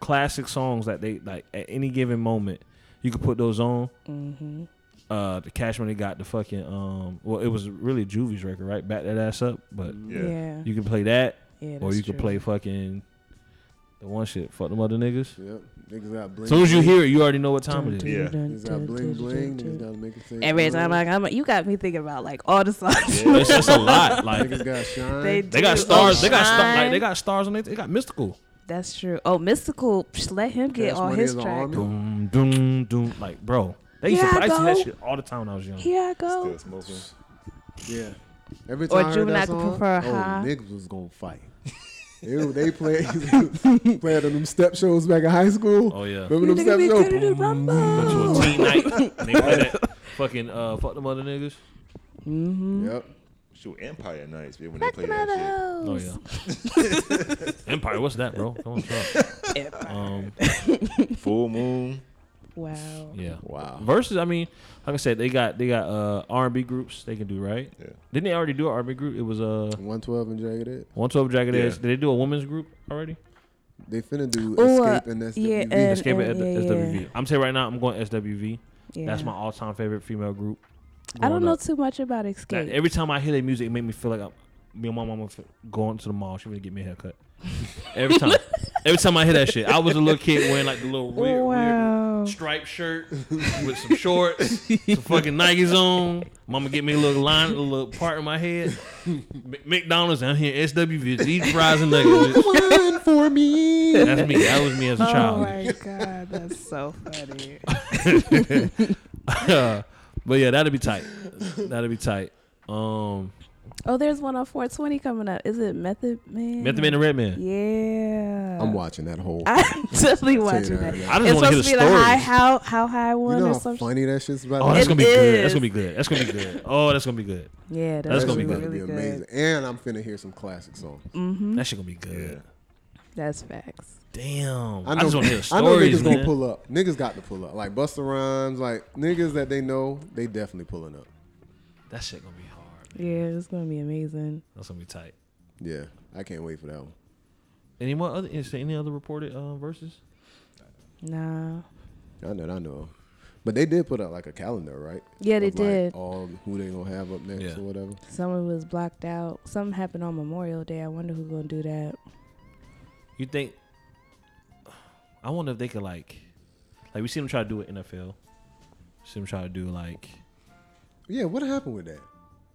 Speaker 3: classic songs that they like at any given moment you could put those on.
Speaker 1: Mm-hmm.
Speaker 3: Uh, the cash money got the fucking um. Well, it was really Juvie's record, right? Back that ass up, but
Speaker 4: Yeah.
Speaker 1: Yeah.
Speaker 3: you can play that,
Speaker 1: Mm-hmm. Yeah,
Speaker 3: or
Speaker 1: that's
Speaker 3: you can
Speaker 1: true.
Speaker 3: play fucking the one shit. Fuck them other niggas.
Speaker 2: Yep. Niggas got bling.
Speaker 3: As soon as you hear it, you already know what time it is.
Speaker 4: Yeah.
Speaker 2: Niggas got bling bling. Niggas gotta make it say.
Speaker 1: Every time I come, you got me thinking about like all the songs.
Speaker 3: It's just a lot. Like
Speaker 2: Niggas got shine.
Speaker 1: They
Speaker 3: they got
Speaker 1: do.
Speaker 3: stars. They got star,
Speaker 1: Shine.
Speaker 3: like, they got stars on it. They got mystical.
Speaker 1: That's true. Oh, Mystical, psh, let him get
Speaker 2: Cash
Speaker 1: all
Speaker 2: Money
Speaker 1: his
Speaker 2: is an
Speaker 1: track.
Speaker 2: army.
Speaker 3: Doom doom doom. Like bro, they used
Speaker 1: Yeah,
Speaker 3: to I used to do that
Speaker 1: go.
Speaker 3: shit all the time when I was young.
Speaker 1: Here I go.
Speaker 4: Still smoking.
Speaker 2: Yeah. Every
Speaker 1: Or
Speaker 2: time I heard
Speaker 1: Juvenile
Speaker 2: that
Speaker 1: could
Speaker 2: song,
Speaker 1: prefer a
Speaker 2: oh,
Speaker 1: high.
Speaker 2: niggas was gonna fight. they they played played on them step shows back in high school.
Speaker 3: Oh, yeah.
Speaker 2: remember them
Speaker 1: Nigga
Speaker 2: step
Speaker 1: be
Speaker 2: shows?
Speaker 1: good at the rumble.
Speaker 3: Go to a teen night. and they play that fucking uh, fuck them other niggas.
Speaker 1: Mm-hmm.
Speaker 2: Yep.
Speaker 4: Shoot, Empire nights, man. When they play that shit.
Speaker 3: Oh
Speaker 1: Mother
Speaker 3: yeah. Empire, what's that, bro? Come on,
Speaker 1: hoes.
Speaker 3: um,
Speaker 4: Full Moon.
Speaker 1: Wow.
Speaker 3: yeah.
Speaker 2: Wow.
Speaker 3: Versus, I mean, like I said, they got they got uh R and B groups they can do right.
Speaker 4: Yeah.
Speaker 3: Didn't they already do an R and B group? It was uh
Speaker 2: One twelve and jagged it.
Speaker 3: one twelve Jagged
Speaker 4: Yeah.
Speaker 3: Edge. Did they do a women's group already?
Speaker 2: They finna
Speaker 1: Ooh,
Speaker 2: do
Speaker 1: uh,
Speaker 2: escape and that's
Speaker 1: yeah,
Speaker 2: WB.
Speaker 1: and-
Speaker 3: Escape at
Speaker 1: yeah, yeah.
Speaker 3: SWV. I'm saying right now, I'm going SWV.
Speaker 1: Yeah.
Speaker 3: That's my all time favorite female group.
Speaker 1: I don't
Speaker 3: growing
Speaker 1: know
Speaker 3: up.
Speaker 1: too much about
Speaker 3: That-
Speaker 1: Escape.
Speaker 3: every time I hear their music, it make me feel like I'm. Me and my mama f- going to the mall. She gonna get me a haircut. Every time, every time I hear that shit, I was a little kid wearing like the little weird,
Speaker 1: Wow.
Speaker 3: weird striped shirt with some shorts, some fucking Nikes on. Mama get me a little line, a little part in my head. M- McDonald's down here, SWV, these fries and nuggets. bitch.
Speaker 2: One for me.
Speaker 3: That's me. That was me as a
Speaker 1: oh
Speaker 3: child.
Speaker 1: my god, that's so funny.
Speaker 3: but yeah, that'd be tight. That'd be tight. Um,
Speaker 1: Oh, there's one on 420 coming up. Is it Method Man?
Speaker 3: Method Man and Red Man.
Speaker 1: Yeah.
Speaker 2: I'm watching that whole.
Speaker 1: I'm definitely watching
Speaker 2: that
Speaker 1: that.
Speaker 2: right now.
Speaker 3: I just
Speaker 1: It's
Speaker 3: want to
Speaker 1: supposed
Speaker 3: hear
Speaker 1: to
Speaker 3: the
Speaker 1: be the high
Speaker 3: story.
Speaker 1: how how high
Speaker 2: You
Speaker 1: one
Speaker 2: know
Speaker 1: or
Speaker 2: how
Speaker 1: something.
Speaker 2: funny that shit's about.
Speaker 3: Oh,
Speaker 2: to
Speaker 3: that's
Speaker 1: It
Speaker 3: gonna be good.
Speaker 1: is.
Speaker 3: That's gonna be good. That's gonna be good. Oh, that's gonna be good.
Speaker 1: Yeah, that's,
Speaker 3: That's gonna
Speaker 1: gonna
Speaker 3: be Mm-hmm.
Speaker 1: be really
Speaker 2: about to be
Speaker 1: good.
Speaker 2: amazing. And I'm finna hear some classic songs.
Speaker 1: Hmm?
Speaker 3: That shit gonna be good.
Speaker 1: That's facts.
Speaker 3: Damn. I,
Speaker 2: I know,
Speaker 3: just want to hear
Speaker 2: I know
Speaker 3: stories,
Speaker 2: niggas gonna
Speaker 3: man.
Speaker 2: pull up. Niggas got to pull up. Like Buster Rhymes, like niggas that they know, they definitely pulling up.
Speaker 3: that shit gonna be hard. Man.
Speaker 1: Yeah, it's gonna be amazing.
Speaker 3: That's gonna be tight.
Speaker 2: Yeah, I can't wait for that one.
Speaker 3: Any more other? Is there any other reported uh, verses?
Speaker 1: Nah.
Speaker 2: I know, I know. But they did put out like a calendar, right?
Speaker 1: Yeah,
Speaker 2: Of,
Speaker 1: they
Speaker 2: like, oh.
Speaker 1: did.
Speaker 2: All who they gonna have up next
Speaker 3: Yeah.
Speaker 2: or whatever.
Speaker 1: Someone was blocked out. Something happened on Memorial Day. I wonder who's gonna do that.
Speaker 3: You think? I wonder if they could like, like we see them try to do it NFL. See them try to do like.
Speaker 2: Yeah, what happened with that?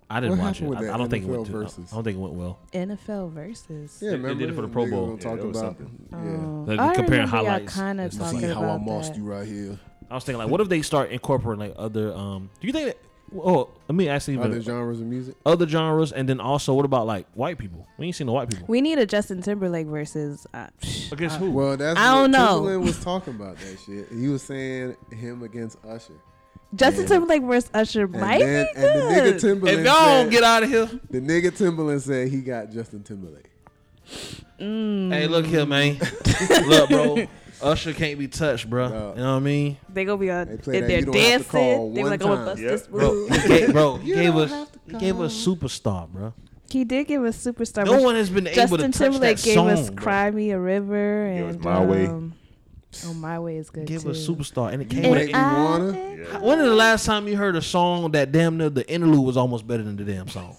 Speaker 3: I didn't
Speaker 2: What
Speaker 3: watch it.
Speaker 2: happened with
Speaker 3: I,
Speaker 2: that
Speaker 3: I don't think it went.
Speaker 2: NFL
Speaker 3: Too, I
Speaker 2: verses?
Speaker 3: don't think it went well.
Speaker 1: NFL versus.
Speaker 2: Yeah,
Speaker 3: They- they
Speaker 2: remember
Speaker 3: did it for the
Speaker 2: Niggas
Speaker 3: Pro Bowl.
Speaker 2: gonna
Speaker 3: Yeah,
Speaker 2: talk
Speaker 4: that was
Speaker 2: about.
Speaker 4: something.
Speaker 2: Yeah.
Speaker 1: Oh,
Speaker 3: Like,
Speaker 1: I
Speaker 3: comparing
Speaker 1: remember y'all
Speaker 3: highlights.
Speaker 1: kind of
Speaker 3: It's like
Speaker 1: talking
Speaker 2: See
Speaker 1: about
Speaker 2: how I mossed
Speaker 1: that.
Speaker 2: you right here.
Speaker 3: I was thinking like, what if they start incorporating like other? um Do you think that? Oh, let me ask you
Speaker 2: Other
Speaker 3: even
Speaker 2: genres of music.
Speaker 3: other genres, and then also what about like white people? We ain't seen the white people.
Speaker 1: We need a Justin Timberlake versus. Uh, psh,
Speaker 3: Against
Speaker 1: uh,
Speaker 3: who?
Speaker 2: Well, that's
Speaker 1: I don't
Speaker 2: what
Speaker 1: know.
Speaker 2: Timberland was talking about that shit. He was saying him against Usher.
Speaker 1: Justin
Speaker 2: Yeah.
Speaker 1: Timberlake versus Usher
Speaker 2: And
Speaker 1: might
Speaker 2: then,
Speaker 1: be
Speaker 2: and the nigga
Speaker 1: good.
Speaker 2: Timberland.
Speaker 3: if y'all
Speaker 2: said-
Speaker 3: don't get out of here,
Speaker 2: The nigga Timberland said he got Justin Timberlake.
Speaker 1: Mm,
Speaker 3: hey, look here, man. look, bro. Usher can't be touched, bro.
Speaker 2: No.
Speaker 3: You know what I mean?
Speaker 1: they gonna be on.
Speaker 2: They
Speaker 1: They
Speaker 2: play that
Speaker 1: are
Speaker 2: You Don't Have to Call
Speaker 1: dancing. They were
Speaker 2: one
Speaker 1: like, I'm gonna
Speaker 2: time.
Speaker 1: bust
Speaker 4: Yep.
Speaker 1: this
Speaker 3: Bro,
Speaker 1: move.
Speaker 3: he gave, bro, he
Speaker 2: You
Speaker 3: gave
Speaker 2: don't
Speaker 3: us
Speaker 2: have to
Speaker 3: he gave us superstar, bro.
Speaker 1: he did give us superstar.
Speaker 3: No
Speaker 1: but
Speaker 3: one has been able to
Speaker 1: Justin
Speaker 3: touch
Speaker 1: Timberlake
Speaker 3: that
Speaker 1: gave
Speaker 3: song.
Speaker 1: us
Speaker 3: bro.
Speaker 1: "Cry Me a River"
Speaker 4: Give us
Speaker 1: and
Speaker 4: My Way.
Speaker 1: um, Oh, my way is good
Speaker 3: Give
Speaker 1: too.
Speaker 3: us superstar, and it
Speaker 2: You
Speaker 3: came.
Speaker 2: make
Speaker 3: with
Speaker 2: me
Speaker 1: I-
Speaker 2: wanna.
Speaker 4: Yeah.
Speaker 3: When is the last time you heard a song that damn near the interlude was almost better than the damn song?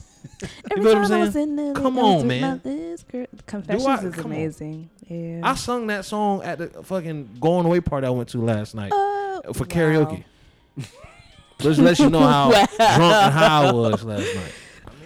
Speaker 1: Every
Speaker 3: feel what
Speaker 1: time
Speaker 3: I'm
Speaker 1: I was
Speaker 3: saying?
Speaker 1: in there,
Speaker 3: Come
Speaker 1: I was
Speaker 3: on,
Speaker 1: with my
Speaker 3: man.
Speaker 1: this girl- Confessions
Speaker 3: I-
Speaker 1: is
Speaker 3: come on.
Speaker 1: amazing. Yeah.
Speaker 3: I sung that song at the fucking going away party I went to last night
Speaker 1: Oh,
Speaker 3: for
Speaker 1: wow.
Speaker 3: karaoke. Just let you know how drunk and high I was last night.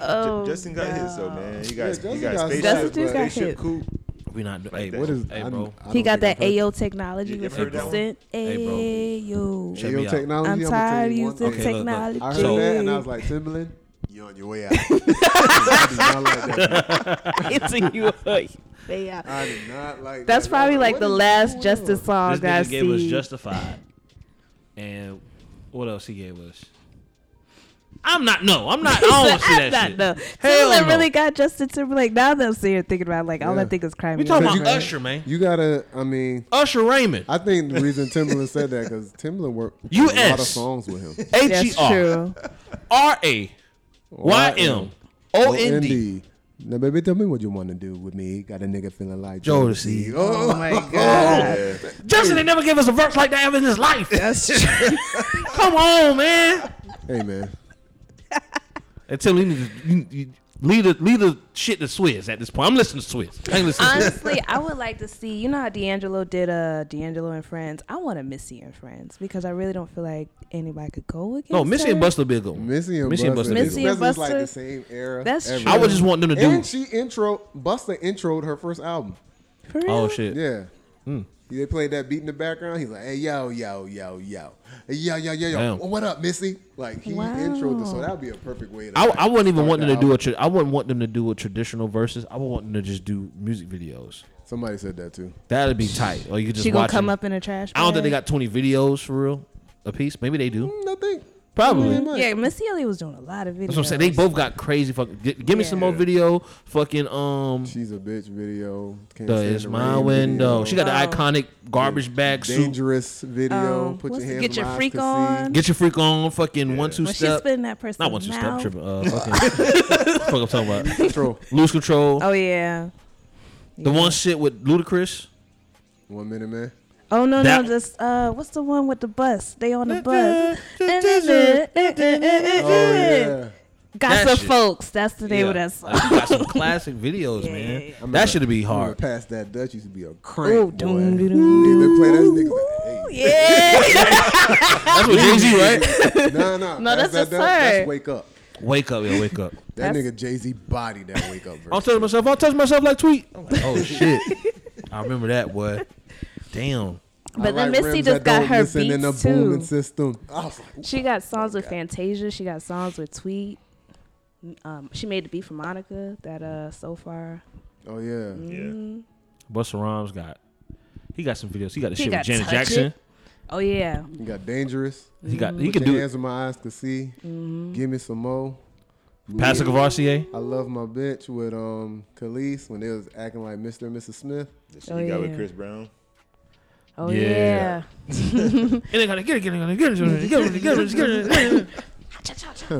Speaker 1: Oh,
Speaker 4: Ju- Justin got hit, so
Speaker 1: wow.
Speaker 4: man, you
Speaker 2: Yeah,
Speaker 4: got
Speaker 2: Justin
Speaker 4: you got
Speaker 2: got
Speaker 4: spaceship,
Speaker 2: hit,
Speaker 1: Justin just got
Speaker 4: spaceship
Speaker 1: hit.
Speaker 4: Coop.
Speaker 3: We not doing. Hey,
Speaker 4: that.
Speaker 3: what
Speaker 2: What is?
Speaker 3: is? Hey,
Speaker 2: I-
Speaker 1: He
Speaker 2: I
Speaker 3: bro.
Speaker 2: don't
Speaker 1: got
Speaker 2: think
Speaker 1: that
Speaker 2: I've heard
Speaker 1: AO technology
Speaker 4: You
Speaker 1: with
Speaker 4: ever heard
Speaker 1: 50
Speaker 4: that one?
Speaker 1: Cent.
Speaker 3: Hey, bro.
Speaker 1: Ayo.
Speaker 3: Check
Speaker 2: AO
Speaker 3: me out.
Speaker 2: technology.
Speaker 1: I'm
Speaker 2: I'ma
Speaker 1: tired
Speaker 2: tell
Speaker 1: of
Speaker 2: you one
Speaker 1: using
Speaker 2: thing.
Speaker 3: Okay, look, look.
Speaker 1: technology.
Speaker 2: I heard
Speaker 3: So-
Speaker 2: that and I was like, Timberland, you're on your way out. I did not like that.
Speaker 1: hitting you up. Yeah.
Speaker 2: I did not
Speaker 1: That's
Speaker 2: like that. I was
Speaker 1: probably like
Speaker 2: what
Speaker 1: the
Speaker 2: is
Speaker 1: last
Speaker 2: going
Speaker 1: Justin
Speaker 2: on?
Speaker 1: song
Speaker 3: This
Speaker 1: that I
Speaker 3: nigga gave us
Speaker 1: see.
Speaker 3: Justified, and what else he gave us? I'm not. No, I'm not. I don't want to see
Speaker 1: I'm
Speaker 3: that
Speaker 1: not
Speaker 3: shit.
Speaker 1: though.
Speaker 3: Hell
Speaker 1: Timberlake
Speaker 3: no.
Speaker 1: really got Justin Timberlake. Now that I'm sitting here thinking about it, like all I
Speaker 2: Yeah.
Speaker 1: think is crime.
Speaker 3: We talking about Usher, man.
Speaker 2: You gotta. I mean,
Speaker 3: Usher Raymond.
Speaker 2: I think the reason Timberland said that because Timberland worked on a lot of
Speaker 3: US.
Speaker 2: songs with him.
Speaker 3: H E
Speaker 1: That's
Speaker 3: R
Speaker 1: true.
Speaker 3: R A Y M O N D.
Speaker 2: O-N-D. Oh, Now, baby, tell me what you want to do with me. Got a nigga feeling like
Speaker 3: Jodeci.
Speaker 2: Oh,
Speaker 1: my God.
Speaker 3: Justin, they never gave us a verse like that ever in his life. That's true. Come on, man.
Speaker 2: hey man,
Speaker 3: And Tim, you need to you, you, lead the lead the shit to Swizz at this point. I'm listening to Swizz. I ain't listening to Swizz.
Speaker 1: Honestly, I would like to see. You know how D'Angelo did uh D'Angelo and Friends. I want a Missy and Friends because I really don't feel like anybody could go against.
Speaker 3: No, Missy and
Speaker 1: her.
Speaker 3: Buster be a good one.
Speaker 2: Missy and
Speaker 3: Missy and
Speaker 2: Buster.
Speaker 3: Busta.
Speaker 1: Missy and
Speaker 2: Busta was like
Speaker 1: Busta.
Speaker 2: the same era.
Speaker 1: That's
Speaker 2: everything.
Speaker 1: true.
Speaker 3: I would just want them to do.
Speaker 2: And she intro Buster introed her first album.
Speaker 1: For real?
Speaker 3: Oh shit.
Speaker 2: Yeah.
Speaker 3: Hmm.
Speaker 2: They played that beat in the background. He's like, "Hey yo, yo, yo, yo, hey, yo, yo, yo, yo,
Speaker 3: Damn.
Speaker 2: what up, Missy?" Like he
Speaker 1: Wow.
Speaker 2: introed this, so that'd be a perfect way. To,
Speaker 3: I,
Speaker 2: like,
Speaker 3: I wouldn't even
Speaker 2: start
Speaker 3: want them
Speaker 2: the
Speaker 3: to do a
Speaker 2: album.
Speaker 3: tra- I wouldn't want them to do a traditional verses. I would want them to just do music videos.
Speaker 2: Somebody said that too.
Speaker 3: That'd be tight. Or you could just
Speaker 1: She gonna
Speaker 3: watch
Speaker 1: come
Speaker 3: them.
Speaker 1: up in a trash.
Speaker 3: I don't think they
Speaker 1: bag?
Speaker 3: got 20 videos for real a piece. Maybe they do.
Speaker 2: Mm, I think
Speaker 3: Probably.
Speaker 2: Mm, they might.
Speaker 1: Yeah, Missy Elliott was doing a lot of videos.
Speaker 3: That's what I'm saying. They both got crazy fucking. G- give me some
Speaker 1: Yeah.
Speaker 3: more video. Fucking um.
Speaker 2: she's a bitch. Video. Can't
Speaker 3: The
Speaker 2: Stand
Speaker 3: it's
Speaker 2: the
Speaker 3: my
Speaker 2: Rain
Speaker 3: window.
Speaker 2: video.
Speaker 3: She got
Speaker 1: Oh.
Speaker 3: the iconic garbage bag suit.
Speaker 2: dangerous video.
Speaker 1: Um,
Speaker 2: Put your
Speaker 1: what's-
Speaker 2: hands
Speaker 1: get your
Speaker 2: in my eyes
Speaker 1: freak
Speaker 2: to see.
Speaker 1: on.
Speaker 3: Get your freak on. Fucking one two
Speaker 1: when she
Speaker 3: step.
Speaker 1: spitting that person.
Speaker 3: Not one two step.
Speaker 1: mouth.
Speaker 3: Tripping. Uh, fucking. fuck I'm talking about.
Speaker 2: Control.
Speaker 3: Lose control.
Speaker 1: Oh yeah.
Speaker 3: The one shit with Ludacris.
Speaker 2: One minute, man.
Speaker 1: Oh no
Speaker 3: That-
Speaker 1: no just uh what's the one with the bus? They on the bus.
Speaker 2: Oh yeah.
Speaker 1: Got
Speaker 3: That
Speaker 1: some
Speaker 3: shit.
Speaker 1: folks. That's the name
Speaker 3: Yeah.
Speaker 1: of that
Speaker 3: Like,
Speaker 1: song.
Speaker 3: you got some classic videos,
Speaker 1: Yeah, yeah,
Speaker 3: man.
Speaker 1: yeah.
Speaker 3: That should be
Speaker 2: Hard.
Speaker 3: hard.
Speaker 2: Past that Dutch used to be a crank.
Speaker 1: Oh,
Speaker 2: boy.
Speaker 1: dum, dum,
Speaker 2: They
Speaker 1: dum.
Speaker 2: look play that nigga like, hey.
Speaker 1: yeah.
Speaker 3: That's what Jay Z, right?
Speaker 2: Nah, nah.
Speaker 1: No,
Speaker 2: Pass
Speaker 1: that's a
Speaker 2: that Dutch,
Speaker 1: sir.
Speaker 2: That's wake up.
Speaker 3: Wake up, yo, wake up.
Speaker 2: That
Speaker 1: That's-
Speaker 2: nigga Jay Z body that wake up.
Speaker 3: I'll
Speaker 2: verse.
Speaker 3: touch myself. I'll touch myself like tweet. I'm like, oh shit. I remember that boy. Damn.
Speaker 2: I
Speaker 1: But then
Speaker 2: like
Speaker 1: Missy
Speaker 2: rims
Speaker 1: just
Speaker 2: that
Speaker 1: got
Speaker 2: don't
Speaker 1: her
Speaker 2: listen in the
Speaker 1: beats
Speaker 2: booming
Speaker 1: too.
Speaker 2: system. I was like,
Speaker 1: She got songs with Fantasia. She got songs with Tweet. Um, she made the beat for Monica. That uh, so far.
Speaker 2: oh yeah.
Speaker 1: Mm-hmm.
Speaker 4: Yeah.
Speaker 3: Busta Rhymes got. He got some videos. He got the
Speaker 1: He
Speaker 3: shit
Speaker 1: got
Speaker 3: with Janet
Speaker 1: Touch
Speaker 3: Jackson.
Speaker 1: It. Oh yeah.
Speaker 2: You got dangerous.
Speaker 3: He got.
Speaker 1: Mm-hmm.
Speaker 3: He
Speaker 2: Put
Speaker 3: could
Speaker 2: your
Speaker 3: do
Speaker 2: hands in my eyes to see. Give me some more.
Speaker 3: Passive RCA.
Speaker 2: I love my bitch with um Khalees when they was acting like Mr. and Mrs. Smith.
Speaker 4: The shit
Speaker 1: Oh,
Speaker 4: you got
Speaker 1: yeah.
Speaker 4: with Chris Brown.
Speaker 1: Oh
Speaker 3: Yeah.
Speaker 1: yeah.
Speaker 3: And I gotta get it, get it, get it, get it, get it, get it, get it, get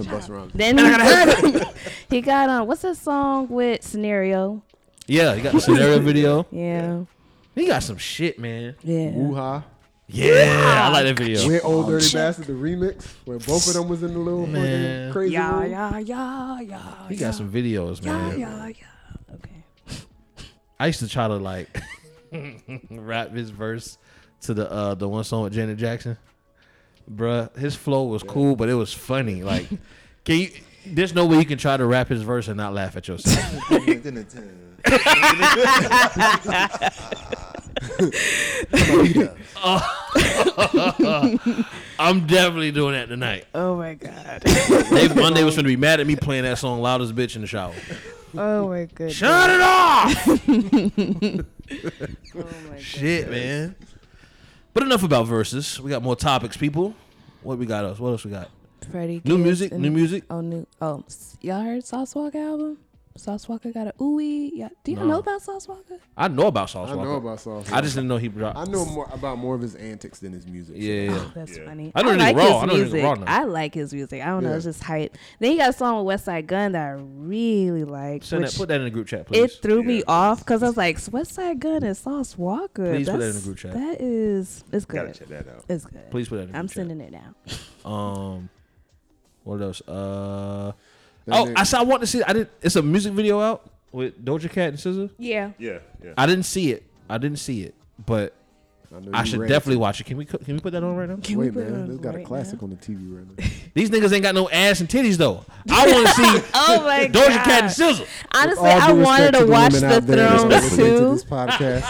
Speaker 3: it.
Speaker 2: Bust around.
Speaker 1: Then he, he got on. what's that song with Scenario?
Speaker 3: Yeah, he got the scenario video.
Speaker 1: Yeah.
Speaker 3: He got some shit, man.
Speaker 1: Yeah.
Speaker 2: Woo ha.
Speaker 3: Yeah, I like that
Speaker 1: Oh,
Speaker 3: video.
Speaker 2: Went old dirty bastard the remix where both of them was in the little fucking
Speaker 3: Man.
Speaker 2: crazy
Speaker 1: Yeah,
Speaker 2: room.
Speaker 1: yeah, yeah, yeah.
Speaker 3: He got some videos,
Speaker 1: Yeah,
Speaker 3: man.
Speaker 1: yeah, yeah. Okay.
Speaker 3: I used to try to like rap his verse to the uh the one song with Janet Jackson. Bruh, his flow was cool, but it was funny. Like, can you? There's no way you can try to rap his verse and not laugh at yourself. I'm definitely doing that tonight.
Speaker 1: Oh my god.
Speaker 3: They, Monday was gonna be mad at me playing that song loud as a bitch in the shower.
Speaker 1: Oh my goodness.
Speaker 3: Shut it off!
Speaker 1: Oh my god.
Speaker 3: Shit, man. But enough about verses. We got more topics, people. What we got else? What else we got?
Speaker 1: Freddie.
Speaker 3: New
Speaker 1: Gibbs
Speaker 3: music.
Speaker 1: and-
Speaker 3: New music.
Speaker 1: Oh new. Oh, s- y'all heard Sauce Walk album? Sauce Walker got a ooey. Yeah. Do y'all
Speaker 3: No.
Speaker 1: know about Sauce Walker?
Speaker 3: I know about Sauce
Speaker 2: I
Speaker 3: Walker.
Speaker 2: know about Sauce.
Speaker 3: I just didn't know he dropped.
Speaker 2: I know more about more of his antics than his music.
Speaker 3: Yeah, yeah, yeah.
Speaker 1: Oh, That's
Speaker 4: Yeah.
Speaker 1: funny.
Speaker 3: I know that nigga
Speaker 1: like
Speaker 3: raw.
Speaker 1: his
Speaker 3: I know that nigga
Speaker 1: music.
Speaker 3: raw now.
Speaker 1: I like his music. I don't know.
Speaker 2: Yeah.
Speaker 1: It's just hype. Then he got a song with West Side Gun that I really like.
Speaker 3: Send that,
Speaker 1: which
Speaker 3: put that in the group chat, please.
Speaker 1: it threw me
Speaker 4: Yeah.
Speaker 1: off because I was like, West Side Gun and Sauce Walker.
Speaker 3: Please put that in
Speaker 1: That's-
Speaker 3: the group chat.
Speaker 1: That is, it's
Speaker 4: Gotta
Speaker 1: good.
Speaker 4: check that out.
Speaker 1: It's good.
Speaker 3: Please put that in the
Speaker 1: I'm
Speaker 3: group chat.
Speaker 1: sending it now.
Speaker 3: Um, what else? Uh,
Speaker 2: That
Speaker 3: oh,
Speaker 2: nigga-
Speaker 3: I saw. I want to see. I did. It's a music video out with Doja Cat and SZA.
Speaker 1: Yeah.
Speaker 4: Yeah, yeah.
Speaker 3: I didn't see it. I didn't see it, but
Speaker 2: know
Speaker 3: I
Speaker 2: you
Speaker 3: should
Speaker 2: ready.
Speaker 3: definitely watch it. Can we? co- Can we put that on right now?
Speaker 1: Can
Speaker 2: Wait,
Speaker 1: we put it
Speaker 2: man,
Speaker 1: on
Speaker 2: this got
Speaker 1: right
Speaker 2: a
Speaker 1: now?
Speaker 2: classic on the TV right now.
Speaker 3: These niggas ain't got no ass and titties though. I want to see
Speaker 1: Oh my god.
Speaker 3: Doja Cat and SZA.
Speaker 1: Honestly,
Speaker 2: All
Speaker 1: I
Speaker 2: due respect
Speaker 1: wanted
Speaker 2: to
Speaker 1: to
Speaker 2: the
Speaker 1: watch
Speaker 2: women
Speaker 1: The
Speaker 2: out there that's
Speaker 1: Throne
Speaker 2: listening to
Speaker 1: too.
Speaker 2: this podcast.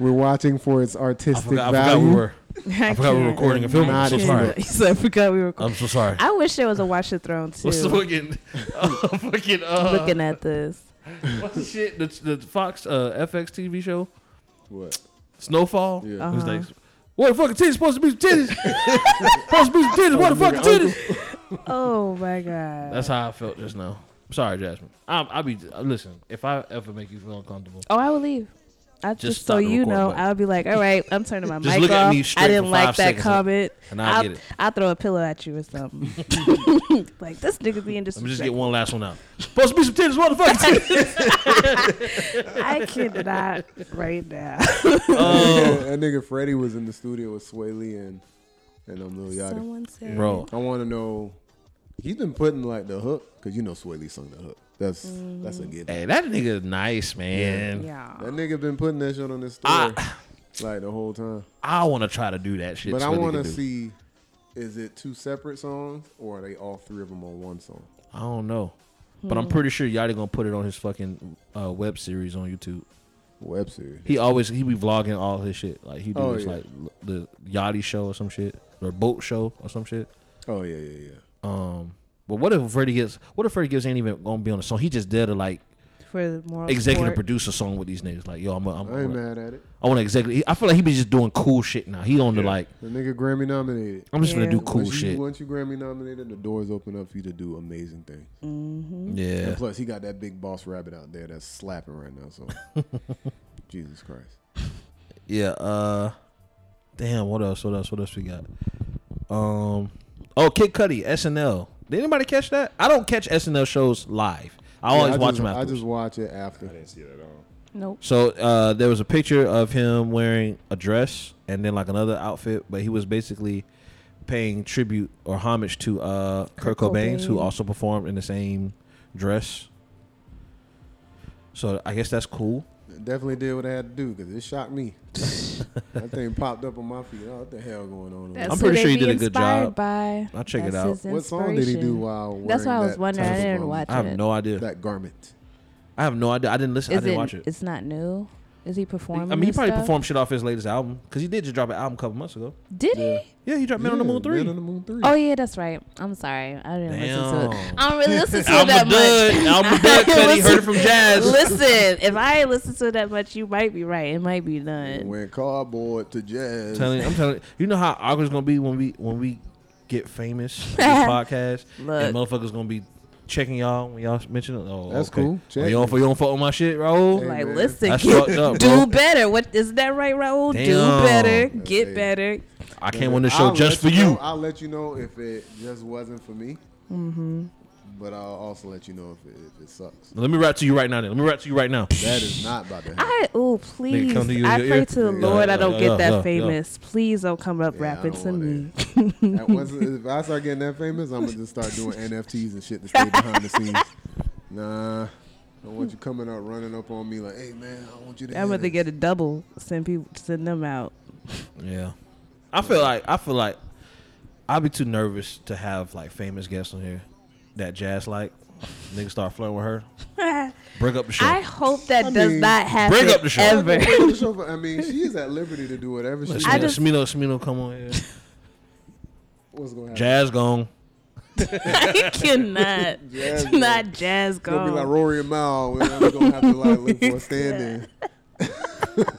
Speaker 2: We're watching for its
Speaker 3: I
Speaker 2: artistic
Speaker 3: forgot, I forgot
Speaker 2: value.
Speaker 3: we were.
Speaker 1: I,
Speaker 3: I forgot we were
Speaker 1: can't.
Speaker 3: recording and filming. I'm so
Speaker 2: Not
Speaker 3: sorry.
Speaker 2: even.
Speaker 1: So I forgot we were.
Speaker 3: I'm so sorry.
Speaker 1: I wish there was a Watch the Throne too.
Speaker 3: What's the fucking? fucking. Uh,
Speaker 1: Looking at this.
Speaker 3: What's the shit? The, the Fox uh, FX TV show
Speaker 2: What?
Speaker 3: Snowfall.
Speaker 2: Yeah.
Speaker 3: It was like, what the fucking titties supposed to be some titties? supposed to be some titties. What the fucking titties?
Speaker 1: Oh my god.
Speaker 3: That's how I felt just now. I'm sorry, Jasmine. I'm, I'll be uh, listen. If I ever make you feel uncomfortable,
Speaker 1: oh, I would leave. I just,
Speaker 3: Just
Speaker 1: so
Speaker 3: stop the
Speaker 1: you
Speaker 3: recording
Speaker 1: know,
Speaker 3: button.
Speaker 1: I would be like, all right, I'm turning my
Speaker 3: Just
Speaker 1: mic
Speaker 3: look at
Speaker 1: off.
Speaker 3: me
Speaker 1: I
Speaker 3: straight
Speaker 1: didn't
Speaker 3: for
Speaker 1: like
Speaker 3: five
Speaker 1: that
Speaker 3: seconds,
Speaker 1: comment.
Speaker 3: and I'll get it.
Speaker 1: I'll throw a pillow at you or something. like this nigga being
Speaker 3: let me just
Speaker 1: disrespectful.
Speaker 3: get one last one out. Supposed to be some titties. What the fucking titties?
Speaker 1: I cannot right now.
Speaker 3: Oh.
Speaker 2: that nigga Freddie was in the studio with Sway Lee and and um, Lil Yachty.
Speaker 1: Someone said,
Speaker 3: Bro,
Speaker 2: I want to know. He's been putting like the hook because you know Sway Lee sung the hook. That's that's a given.
Speaker 3: hey, that nigga nice, man.
Speaker 1: yeah,
Speaker 2: That nigga been putting that shit on his story
Speaker 3: I
Speaker 2: like the whole time.
Speaker 3: I want to try to do that shit.
Speaker 2: But
Speaker 3: so
Speaker 2: I
Speaker 3: they
Speaker 2: want
Speaker 3: can
Speaker 2: to
Speaker 3: do-
Speaker 2: see, is it two separate songs or are they all three of them on one song?
Speaker 3: I don't know, but
Speaker 2: Hmm.
Speaker 3: I'm pretty sure Yachty gonna put it on his fucking uh, web series on YouTube.
Speaker 2: Web series.
Speaker 3: He always he be vlogging all his shit. Like he do
Speaker 2: Oh,
Speaker 3: this
Speaker 2: yeah.
Speaker 3: like l- the Yachty show or some shit or boat show or some shit.
Speaker 2: Oh yeah, yeah, yeah.
Speaker 3: Um, but what if Freddie gets? What if Freddie Gibbs ain't even gonna be on the song? He just there to like
Speaker 1: for the moral
Speaker 3: executive
Speaker 1: support.
Speaker 3: produce a song with these niggas. Like yo, I'm, a, I'm
Speaker 2: I ain't
Speaker 3: a,
Speaker 2: mad at it.
Speaker 3: I want to executive. I feel like he be just doing cool shit now. He on the
Speaker 4: Yeah.
Speaker 3: like
Speaker 2: The nigga Grammy nominated.
Speaker 3: I'm just
Speaker 1: Yeah.
Speaker 3: gonna do cool
Speaker 2: once you,
Speaker 3: shit.
Speaker 2: Once you Grammy nominated, the doors open up for you to do amazing things.
Speaker 3: Yeah,
Speaker 2: And plus, he got that big boss rabbit out there that's slapping right now. So, Jesus Christ.
Speaker 3: yeah. Uh, damn. What else? What else? What else we got? Um, oh, Kid Cudi SNL. Did anybody catch that? I don't catch SNL shows live. I
Speaker 2: Yeah,
Speaker 3: always
Speaker 2: I
Speaker 3: watch
Speaker 2: just,
Speaker 3: them
Speaker 2: I
Speaker 3: afterwards.
Speaker 2: just watch it
Speaker 4: I
Speaker 2: after.
Speaker 4: didn't see that at all.
Speaker 1: Nope.
Speaker 3: So uh, there was a picture of him wearing a dress and then like another outfit, but he was basically paying tribute or homage to uh, Kurt,
Speaker 1: Kurt
Speaker 3: Cobain, who
Speaker 1: Cobain.
Speaker 3: also performed in the same dress. So I guess that's cool.
Speaker 2: It definitely did what I had to do because it shocked me. that thing popped up on my feet. Oh, what the hell going on? over
Speaker 1: That's
Speaker 3: I'm
Speaker 1: who
Speaker 3: pretty
Speaker 1: they
Speaker 3: sure he
Speaker 1: be
Speaker 3: did a good
Speaker 1: inspired
Speaker 3: job.
Speaker 1: By.
Speaker 3: I'll check it
Speaker 1: That's
Speaker 3: out.
Speaker 1: his
Speaker 2: there? What song did he do
Speaker 1: inspiration.
Speaker 2: while
Speaker 1: That's
Speaker 2: wearing
Speaker 1: what I was
Speaker 2: that
Speaker 1: wondering.
Speaker 2: type
Speaker 1: I
Speaker 2: of,
Speaker 1: didn't
Speaker 2: um,
Speaker 1: watch
Speaker 3: I have
Speaker 1: it.
Speaker 3: no idea.
Speaker 2: that garment?
Speaker 3: I have no idea. I didn't listen. I
Speaker 1: Is
Speaker 3: didn't
Speaker 1: it-
Speaker 3: watch it.
Speaker 1: It's not new. Is he performing?
Speaker 3: I mean, he
Speaker 1: and
Speaker 3: probably
Speaker 1: stuff?
Speaker 3: performed shit off his latest album because he did just drop an album a couple months ago.
Speaker 1: Did he?
Speaker 3: Yeah, he dropped Man on the
Speaker 2: Yeah,
Speaker 3: Moon three.
Speaker 2: Man on the Moon 3.
Speaker 1: Oh yeah, that's right. I'm sorry. I didn't listen to it.
Speaker 3: Damn.
Speaker 1: I don't really listen to it
Speaker 3: I'm
Speaker 1: that
Speaker 3: a dud.
Speaker 1: much.
Speaker 3: I'm a dud. Cuddy. Heard it from Jazz.
Speaker 1: listen, if I ain't listen to it that much, you might be right. It might be done.
Speaker 2: Went cardboard to jazz.
Speaker 3: telling I'm telling you know how awkward's gonna be when we when we get famous on this podcast and motherfuckers gonna be checking y'all when y'all mention it. Oh,
Speaker 2: That's
Speaker 3: okay.
Speaker 2: cool.
Speaker 3: Oh,
Speaker 2: Check
Speaker 3: you don't
Speaker 2: it.
Speaker 3: fuck- you don't fuck with my shit, Raul.
Speaker 2: Hey,
Speaker 1: Like,
Speaker 2: man.
Speaker 1: listen,
Speaker 3: That's
Speaker 1: get-
Speaker 3: fucked up,
Speaker 1: do
Speaker 3: bro.
Speaker 1: better. What is that right, Raul?
Speaker 3: Damn.
Speaker 1: Do better. Get
Speaker 2: Hey.
Speaker 1: better.
Speaker 3: I came on the show
Speaker 2: I'll
Speaker 3: just for
Speaker 2: let
Speaker 3: you.
Speaker 2: know- I'll let you know if it just wasn't for me. Mm-hmm. But I'll also let you know if it, if it sucks.
Speaker 3: Let me rap to you right now. Then. Let me rap to you right now.
Speaker 2: That is not about to happen.
Speaker 1: I oh please.
Speaker 3: come to you in
Speaker 1: I
Speaker 3: your
Speaker 1: pray
Speaker 3: ear.
Speaker 1: to the
Speaker 3: Yeah,
Speaker 1: Lord
Speaker 3: yeah,
Speaker 1: I don't
Speaker 3: yeah,
Speaker 1: get
Speaker 3: yeah,
Speaker 1: that
Speaker 3: yeah.
Speaker 1: famous. Please don't come up
Speaker 2: Yeah, I
Speaker 1: rapping
Speaker 2: don't
Speaker 1: to
Speaker 2: want
Speaker 1: me.
Speaker 2: That wasn't- if I start getting that famous, I'm gonna just start doing NFTs and shit to stay behind the scenes. Nah, I don't want you coming out running up on me like, "Hey man, I want you to."
Speaker 1: I'm
Speaker 2: have
Speaker 1: gonna
Speaker 2: this."
Speaker 1: get a double. Send people send them out.
Speaker 3: Yeah, I feel like I feel like I'd be too nervous to have like famous guests on here that Jazz like. Niggas start flirting with her. Break up the show.
Speaker 1: I hope that
Speaker 2: I
Speaker 1: does
Speaker 2: mean,
Speaker 1: not happen
Speaker 3: bring up the show.
Speaker 1: ever.
Speaker 2: Well, the show- I mean, she is at liberty to do whatever she
Speaker 3: Let
Speaker 2: wants.
Speaker 1: I
Speaker 3: Smino,
Speaker 1: just-
Speaker 3: Smino, Smino, come on here.
Speaker 2: What's gonna happen?
Speaker 3: Jazz gone.
Speaker 1: I cannot.
Speaker 2: Jazz,
Speaker 1: not jazz
Speaker 2: It's gonna be like
Speaker 1: gone.
Speaker 2: Rory and Mal. We're gonna have to like look for a stand-in.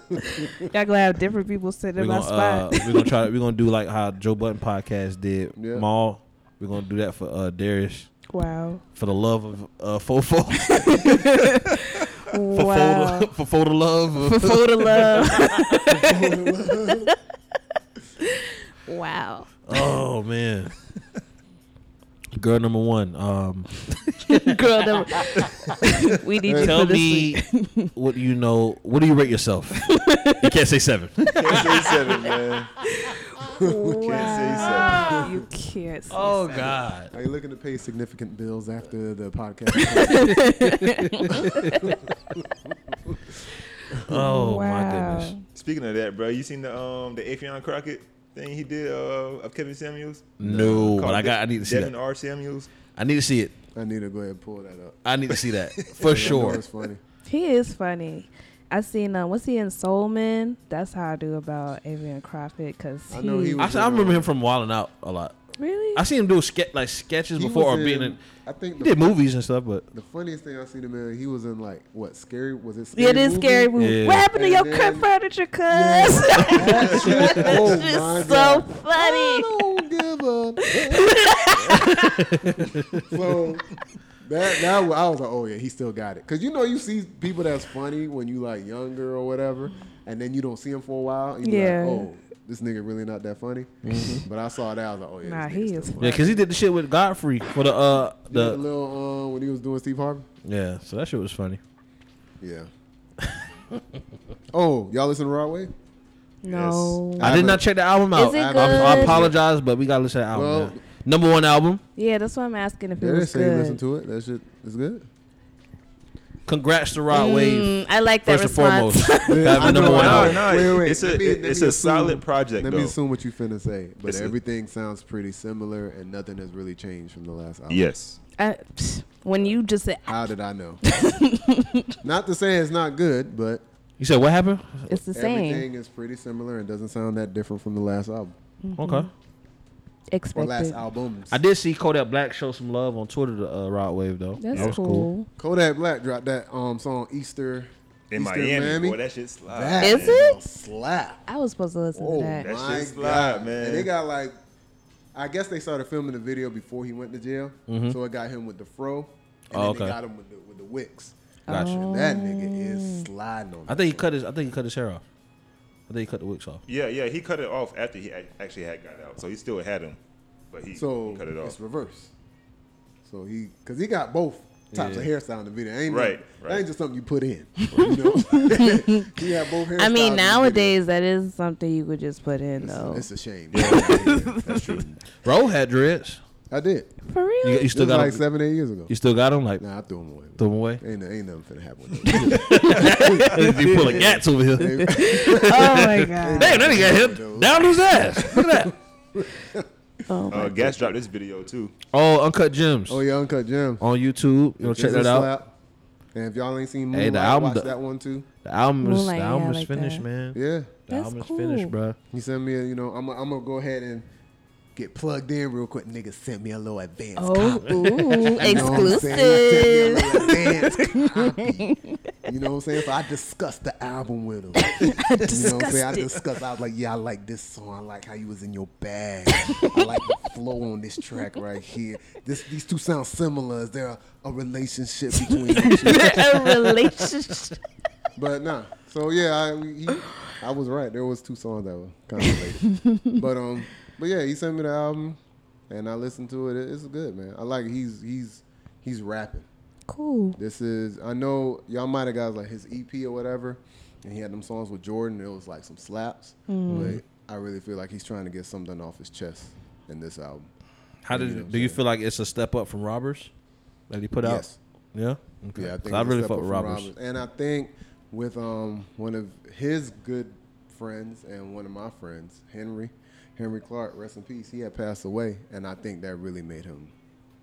Speaker 1: Y'all gonna have different people sit in
Speaker 3: We're
Speaker 1: my
Speaker 3: gonna, uh,
Speaker 1: spot.
Speaker 3: we're gonna try. We're gonna do like how Joe Button podcast did
Speaker 2: Yeah.
Speaker 3: Maul. We're gonna do that for uh, Darius.
Speaker 1: Wow.
Speaker 3: for the love of uh, Fofo, for
Speaker 1: wow.
Speaker 3: Fofo, for Fofo to love.
Speaker 1: For photo love. wow.
Speaker 3: Oh man. Girl number one. Um,
Speaker 1: Girl, that- we need you
Speaker 3: tell
Speaker 1: for this
Speaker 3: me
Speaker 1: week.
Speaker 3: what you know. What do you rate yourself? you can't say seven.
Speaker 4: Can't say seven, man. Can't
Speaker 1: Wow. You can't. say
Speaker 3: Oh God.
Speaker 2: Are you looking to pay significant bills after the podcast?
Speaker 3: Oh my goodness.
Speaker 4: Speaking of that, bro, you seen the um the Afion Crockett thing he did uh, of Kevin Samuels? uh,
Speaker 3: No, but
Speaker 4: Called
Speaker 3: I got. I need to see
Speaker 4: Devin
Speaker 3: that.
Speaker 4: R. Samuels.
Speaker 3: I need to see it.
Speaker 2: I need to go ahead and pull that up.
Speaker 3: I need to see that for
Speaker 2: I know
Speaker 3: sure.
Speaker 2: it's funny.
Speaker 1: He is funny. I seen um, what's he in Soulman? That's how I do about Avian Crockett because
Speaker 2: I know he
Speaker 3: I,
Speaker 2: was-
Speaker 3: I remember him from Wilding Out a lot.
Speaker 1: really
Speaker 3: I seen him do ske- like sketches
Speaker 2: He
Speaker 3: before
Speaker 2: was
Speaker 3: or being
Speaker 2: in-
Speaker 3: in.
Speaker 2: I think
Speaker 3: He
Speaker 2: the,
Speaker 3: did movies and stuff, but
Speaker 2: the funniest thing I seen him in, he was in like what scary? Was it? Scary
Speaker 1: Yeah, it is
Speaker 2: Movie?
Speaker 1: scary. Movie.
Speaker 3: Yeah.
Speaker 1: What happened to your
Speaker 2: And
Speaker 1: cut
Speaker 2: then-
Speaker 1: furniture, cuz?
Speaker 2: oh my
Speaker 1: It's so
Speaker 2: god!
Speaker 1: funny.
Speaker 2: Don't give up. so that that wa- I was like, oh yeah, he still got it. Cause you know you see people that's funny when you like younger or whatever, and then you don't see him for a while. And you
Speaker 1: Yeah.
Speaker 2: Be like, oh, this nigga really not that funny. But I saw that I was like, oh yeah,
Speaker 1: Nah,
Speaker 2: this
Speaker 1: he
Speaker 2: nigga
Speaker 1: is.
Speaker 2: still
Speaker 3: yeah, because he did the shit with Godfrey for the uh
Speaker 2: the, the
Speaker 3: the
Speaker 2: little uh, when he was doing Steve Harvey.
Speaker 3: yeah. So that shit was funny.
Speaker 2: Yeah. oh, y'all listen to Broadway?
Speaker 1: No.
Speaker 2: I
Speaker 3: I, did
Speaker 2: haven't-
Speaker 3: not check the album out.
Speaker 1: it
Speaker 3: I, I
Speaker 1: good?
Speaker 3: apologize, but we gotta listen to the album.
Speaker 2: Well-
Speaker 3: man. Number one album.
Speaker 1: Yeah, that's why I'm asking if
Speaker 2: They
Speaker 1: it
Speaker 2: didn't
Speaker 1: was
Speaker 2: say you listen
Speaker 1: good.
Speaker 2: to it. That shit is good.
Speaker 3: Congrats to Rod Wave.
Speaker 1: Mm, I like that
Speaker 3: First and
Speaker 1: response.
Speaker 3: foremost, having
Speaker 2: No,
Speaker 3: number one
Speaker 2: no,
Speaker 4: no,
Speaker 3: album.
Speaker 4: no.
Speaker 2: Wait, wait.
Speaker 4: It's a
Speaker 2: Let me-
Speaker 4: it-
Speaker 2: let
Speaker 4: it's
Speaker 2: me
Speaker 4: a
Speaker 2: assume-
Speaker 4: solid project
Speaker 2: Let
Speaker 4: though.
Speaker 2: me assume what you finna say, but
Speaker 4: It's a-
Speaker 2: everything sounds pretty similar, and nothing has really changed from the last album.
Speaker 4: Yes.
Speaker 1: I, pfft, when you just said
Speaker 2: How did I know? not to say it's not good, but
Speaker 3: You said what happened?
Speaker 1: it's the same,
Speaker 2: everything is pretty similar and doesn't sound that different from the last album
Speaker 3: Okay.
Speaker 2: or last
Speaker 1: expected.
Speaker 2: albums.
Speaker 3: I did see Kodak Black show some love on Twitter to uh, Rod Wave though.
Speaker 1: That's
Speaker 3: that was
Speaker 1: cool.
Speaker 3: cool.
Speaker 2: Kodak Black dropped that um song Easter
Speaker 4: In
Speaker 2: Easter
Speaker 4: Miami,
Speaker 2: Miami.
Speaker 4: boy, that shit slide.
Speaker 2: That
Speaker 1: Is
Speaker 2: a
Speaker 1: it?
Speaker 2: slap?
Speaker 1: I was supposed to listen
Speaker 2: Oh,
Speaker 1: to that.
Speaker 4: that's-
Speaker 2: my
Speaker 4: shit slap,
Speaker 2: God,
Speaker 4: man.
Speaker 2: And they got like, I guess they started filming the video before he went to jail, so it got him with the fro, and then
Speaker 3: Oh,
Speaker 2: they
Speaker 3: okay.
Speaker 2: got him with the, with the wicks.
Speaker 3: Gotcha.
Speaker 2: And that nigga
Speaker 1: Oh.
Speaker 2: is sliding on.
Speaker 3: I think he cut his. I think he cut his hair off. I think he cut the wigs off.
Speaker 4: Yeah, yeah. He cut it off after he ac- actually had got out, so he still had him, but he
Speaker 2: so.
Speaker 4: cut it
Speaker 2: It's
Speaker 4: off.
Speaker 2: reverse. So he, cause he got both types of
Speaker 3: Yeah.
Speaker 2: hairstyle in the video. Ain't
Speaker 4: Right,
Speaker 2: nothing- That
Speaker 4: right.
Speaker 2: ain't just something you put in. You know, he had both
Speaker 1: I
Speaker 2: hairstyles. in the video.
Speaker 1: mean, nowadays that is something you could just put in though.
Speaker 2: it's a shame.
Speaker 4: That's true.
Speaker 3: Bro had dreads.
Speaker 2: I did.
Speaker 1: For real?
Speaker 3: You,
Speaker 2: Still
Speaker 3: you still
Speaker 2: it was
Speaker 3: got
Speaker 2: like
Speaker 3: him.
Speaker 2: seven, eight years ago.
Speaker 3: You still got him. Like
Speaker 2: Nah, I threw him away.
Speaker 3: threw him away.
Speaker 2: Ain't, ain't nothing finna happen. With those.
Speaker 3: you pulling gats over here. Damn,
Speaker 1: oh my god.
Speaker 3: that nigga got hit down his ass. Look at that.
Speaker 1: Oh my
Speaker 4: Uh, Gas dropped this video too.
Speaker 3: Oh, uncut gems
Speaker 2: Oh yeah, Uncut Gems.
Speaker 3: on YouTube. You know, check
Speaker 2: It's a
Speaker 3: that out.
Speaker 2: slap. And if y'all ain't seen Moonlight,
Speaker 3: Hey, the album
Speaker 2: watch
Speaker 3: do-
Speaker 2: that one too.
Speaker 3: The album is
Speaker 1: Moonlight,
Speaker 3: the
Speaker 1: yeah,
Speaker 3: album
Speaker 1: I
Speaker 3: is
Speaker 1: like
Speaker 3: finished,
Speaker 1: that.
Speaker 3: man.
Speaker 2: Yeah,
Speaker 3: The
Speaker 1: That's
Speaker 3: album is
Speaker 1: cool.
Speaker 3: finished, bro.
Speaker 2: he sent me. A, you know, I'm. i I'm gonna go ahead and get plugged in real quick. Nigga sent me a little advance.
Speaker 1: Oh, ooh,
Speaker 2: You know what I'm saying? He
Speaker 1: exclusive.
Speaker 2: sent me a little advance copy. You know what I'm saying? So I discussed the album with him. you know what I'm saying? I
Speaker 1: discussed it.
Speaker 2: discussed. I was like, yeah, I like this song. I like how you was in your bag. I like the flow on this track right here. This these two sound similar. Is there a, a relationship between them?
Speaker 1: a relationship.
Speaker 2: But nah. So yeah, I he, I was right. There was two songs that were kind of related. but um, but yeah, he sent me the album, and I listened to it. It- It's good, man. I like it. he's he's he's rapping.
Speaker 1: Cool.
Speaker 2: This is I know y'all might have got like his EP or whatever, and he had them songs with Jordan. It was like some slaps, but I really feel like he's trying to get something off his chest in this album.
Speaker 3: How did do you feel like it's a step up from Robbers that he put out?
Speaker 2: Yes.
Speaker 3: Yeah. Okay.
Speaker 2: Yeah, I
Speaker 3: 'Cause
Speaker 2: think
Speaker 3: I
Speaker 2: it's a
Speaker 3: really
Speaker 2: step
Speaker 3: fuck
Speaker 2: up from
Speaker 3: with Robbers.
Speaker 2: Roberts. And I think with um one of his good friends and one of my friends, Henry, Henry Clark, rest in peace. He had passed away, and I think that really made him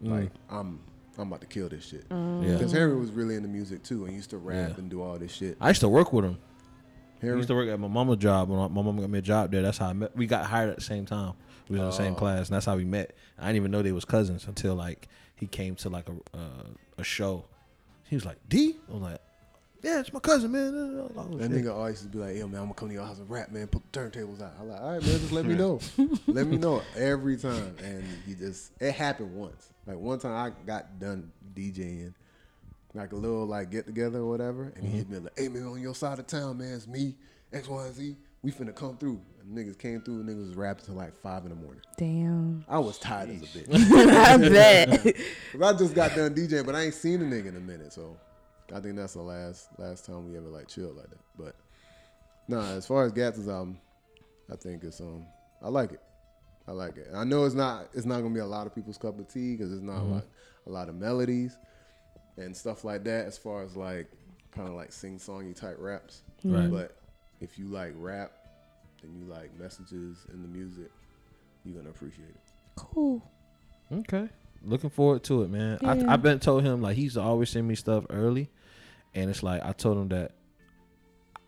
Speaker 2: like I'm I'm about to kill this shit.
Speaker 3: Mm. Yeah.
Speaker 2: Because Henry was really into music too, and used to rap
Speaker 3: Yeah.
Speaker 2: and do all this shit.
Speaker 3: I used to work with him. I
Speaker 2: Henry,
Speaker 3: used to work at my mama's job. When I- my mama got me a job there, that's how I met. We got hired at the same time. We was in the
Speaker 2: Oh.
Speaker 3: same class, and that's how we met. I didn't even know they was cousins until like he came to like a uh, a show. He was like D. I was like, yeah, it's my cousin, man. Oh,
Speaker 2: That
Speaker 3: shit.
Speaker 2: nigga always be like, yo, man, I'm gonna come to your house and rap, man. Put the turntables out. I'm like, all right, man, just let me know. let me know every time. And he just, it happened once. Like one time I got done DJing, like a little like get together or whatever. And he hit me like, hey, man, on your side of town, man, it's me, X, Y, and Z. We finna come through. And niggas came through and niggas was rapping till like five in the morning.
Speaker 1: Damn.
Speaker 2: I was tired as a bitch.
Speaker 1: I bet.
Speaker 2: 'Cause I just got done DJing, but I ain't seen a nigga in a minute. So I think that's the last last time we ever like chilled like that. But nah, as far as Gatson's album, I think it's um I like it. I like it. And I know it's not it's not gonna be a lot of people's cup of tea because it's not a lot a lot of melodies and stuff like that. As far as like kind of like sing songy type raps,
Speaker 3: Right.
Speaker 2: but if you like rap and you like messages in the music, you're gonna appreciate it.
Speaker 1: cool.
Speaker 3: Okay. Looking forward to it, man.
Speaker 1: Yeah.
Speaker 3: I, I've been told him like he's always send me stuff early, and it's like I told him that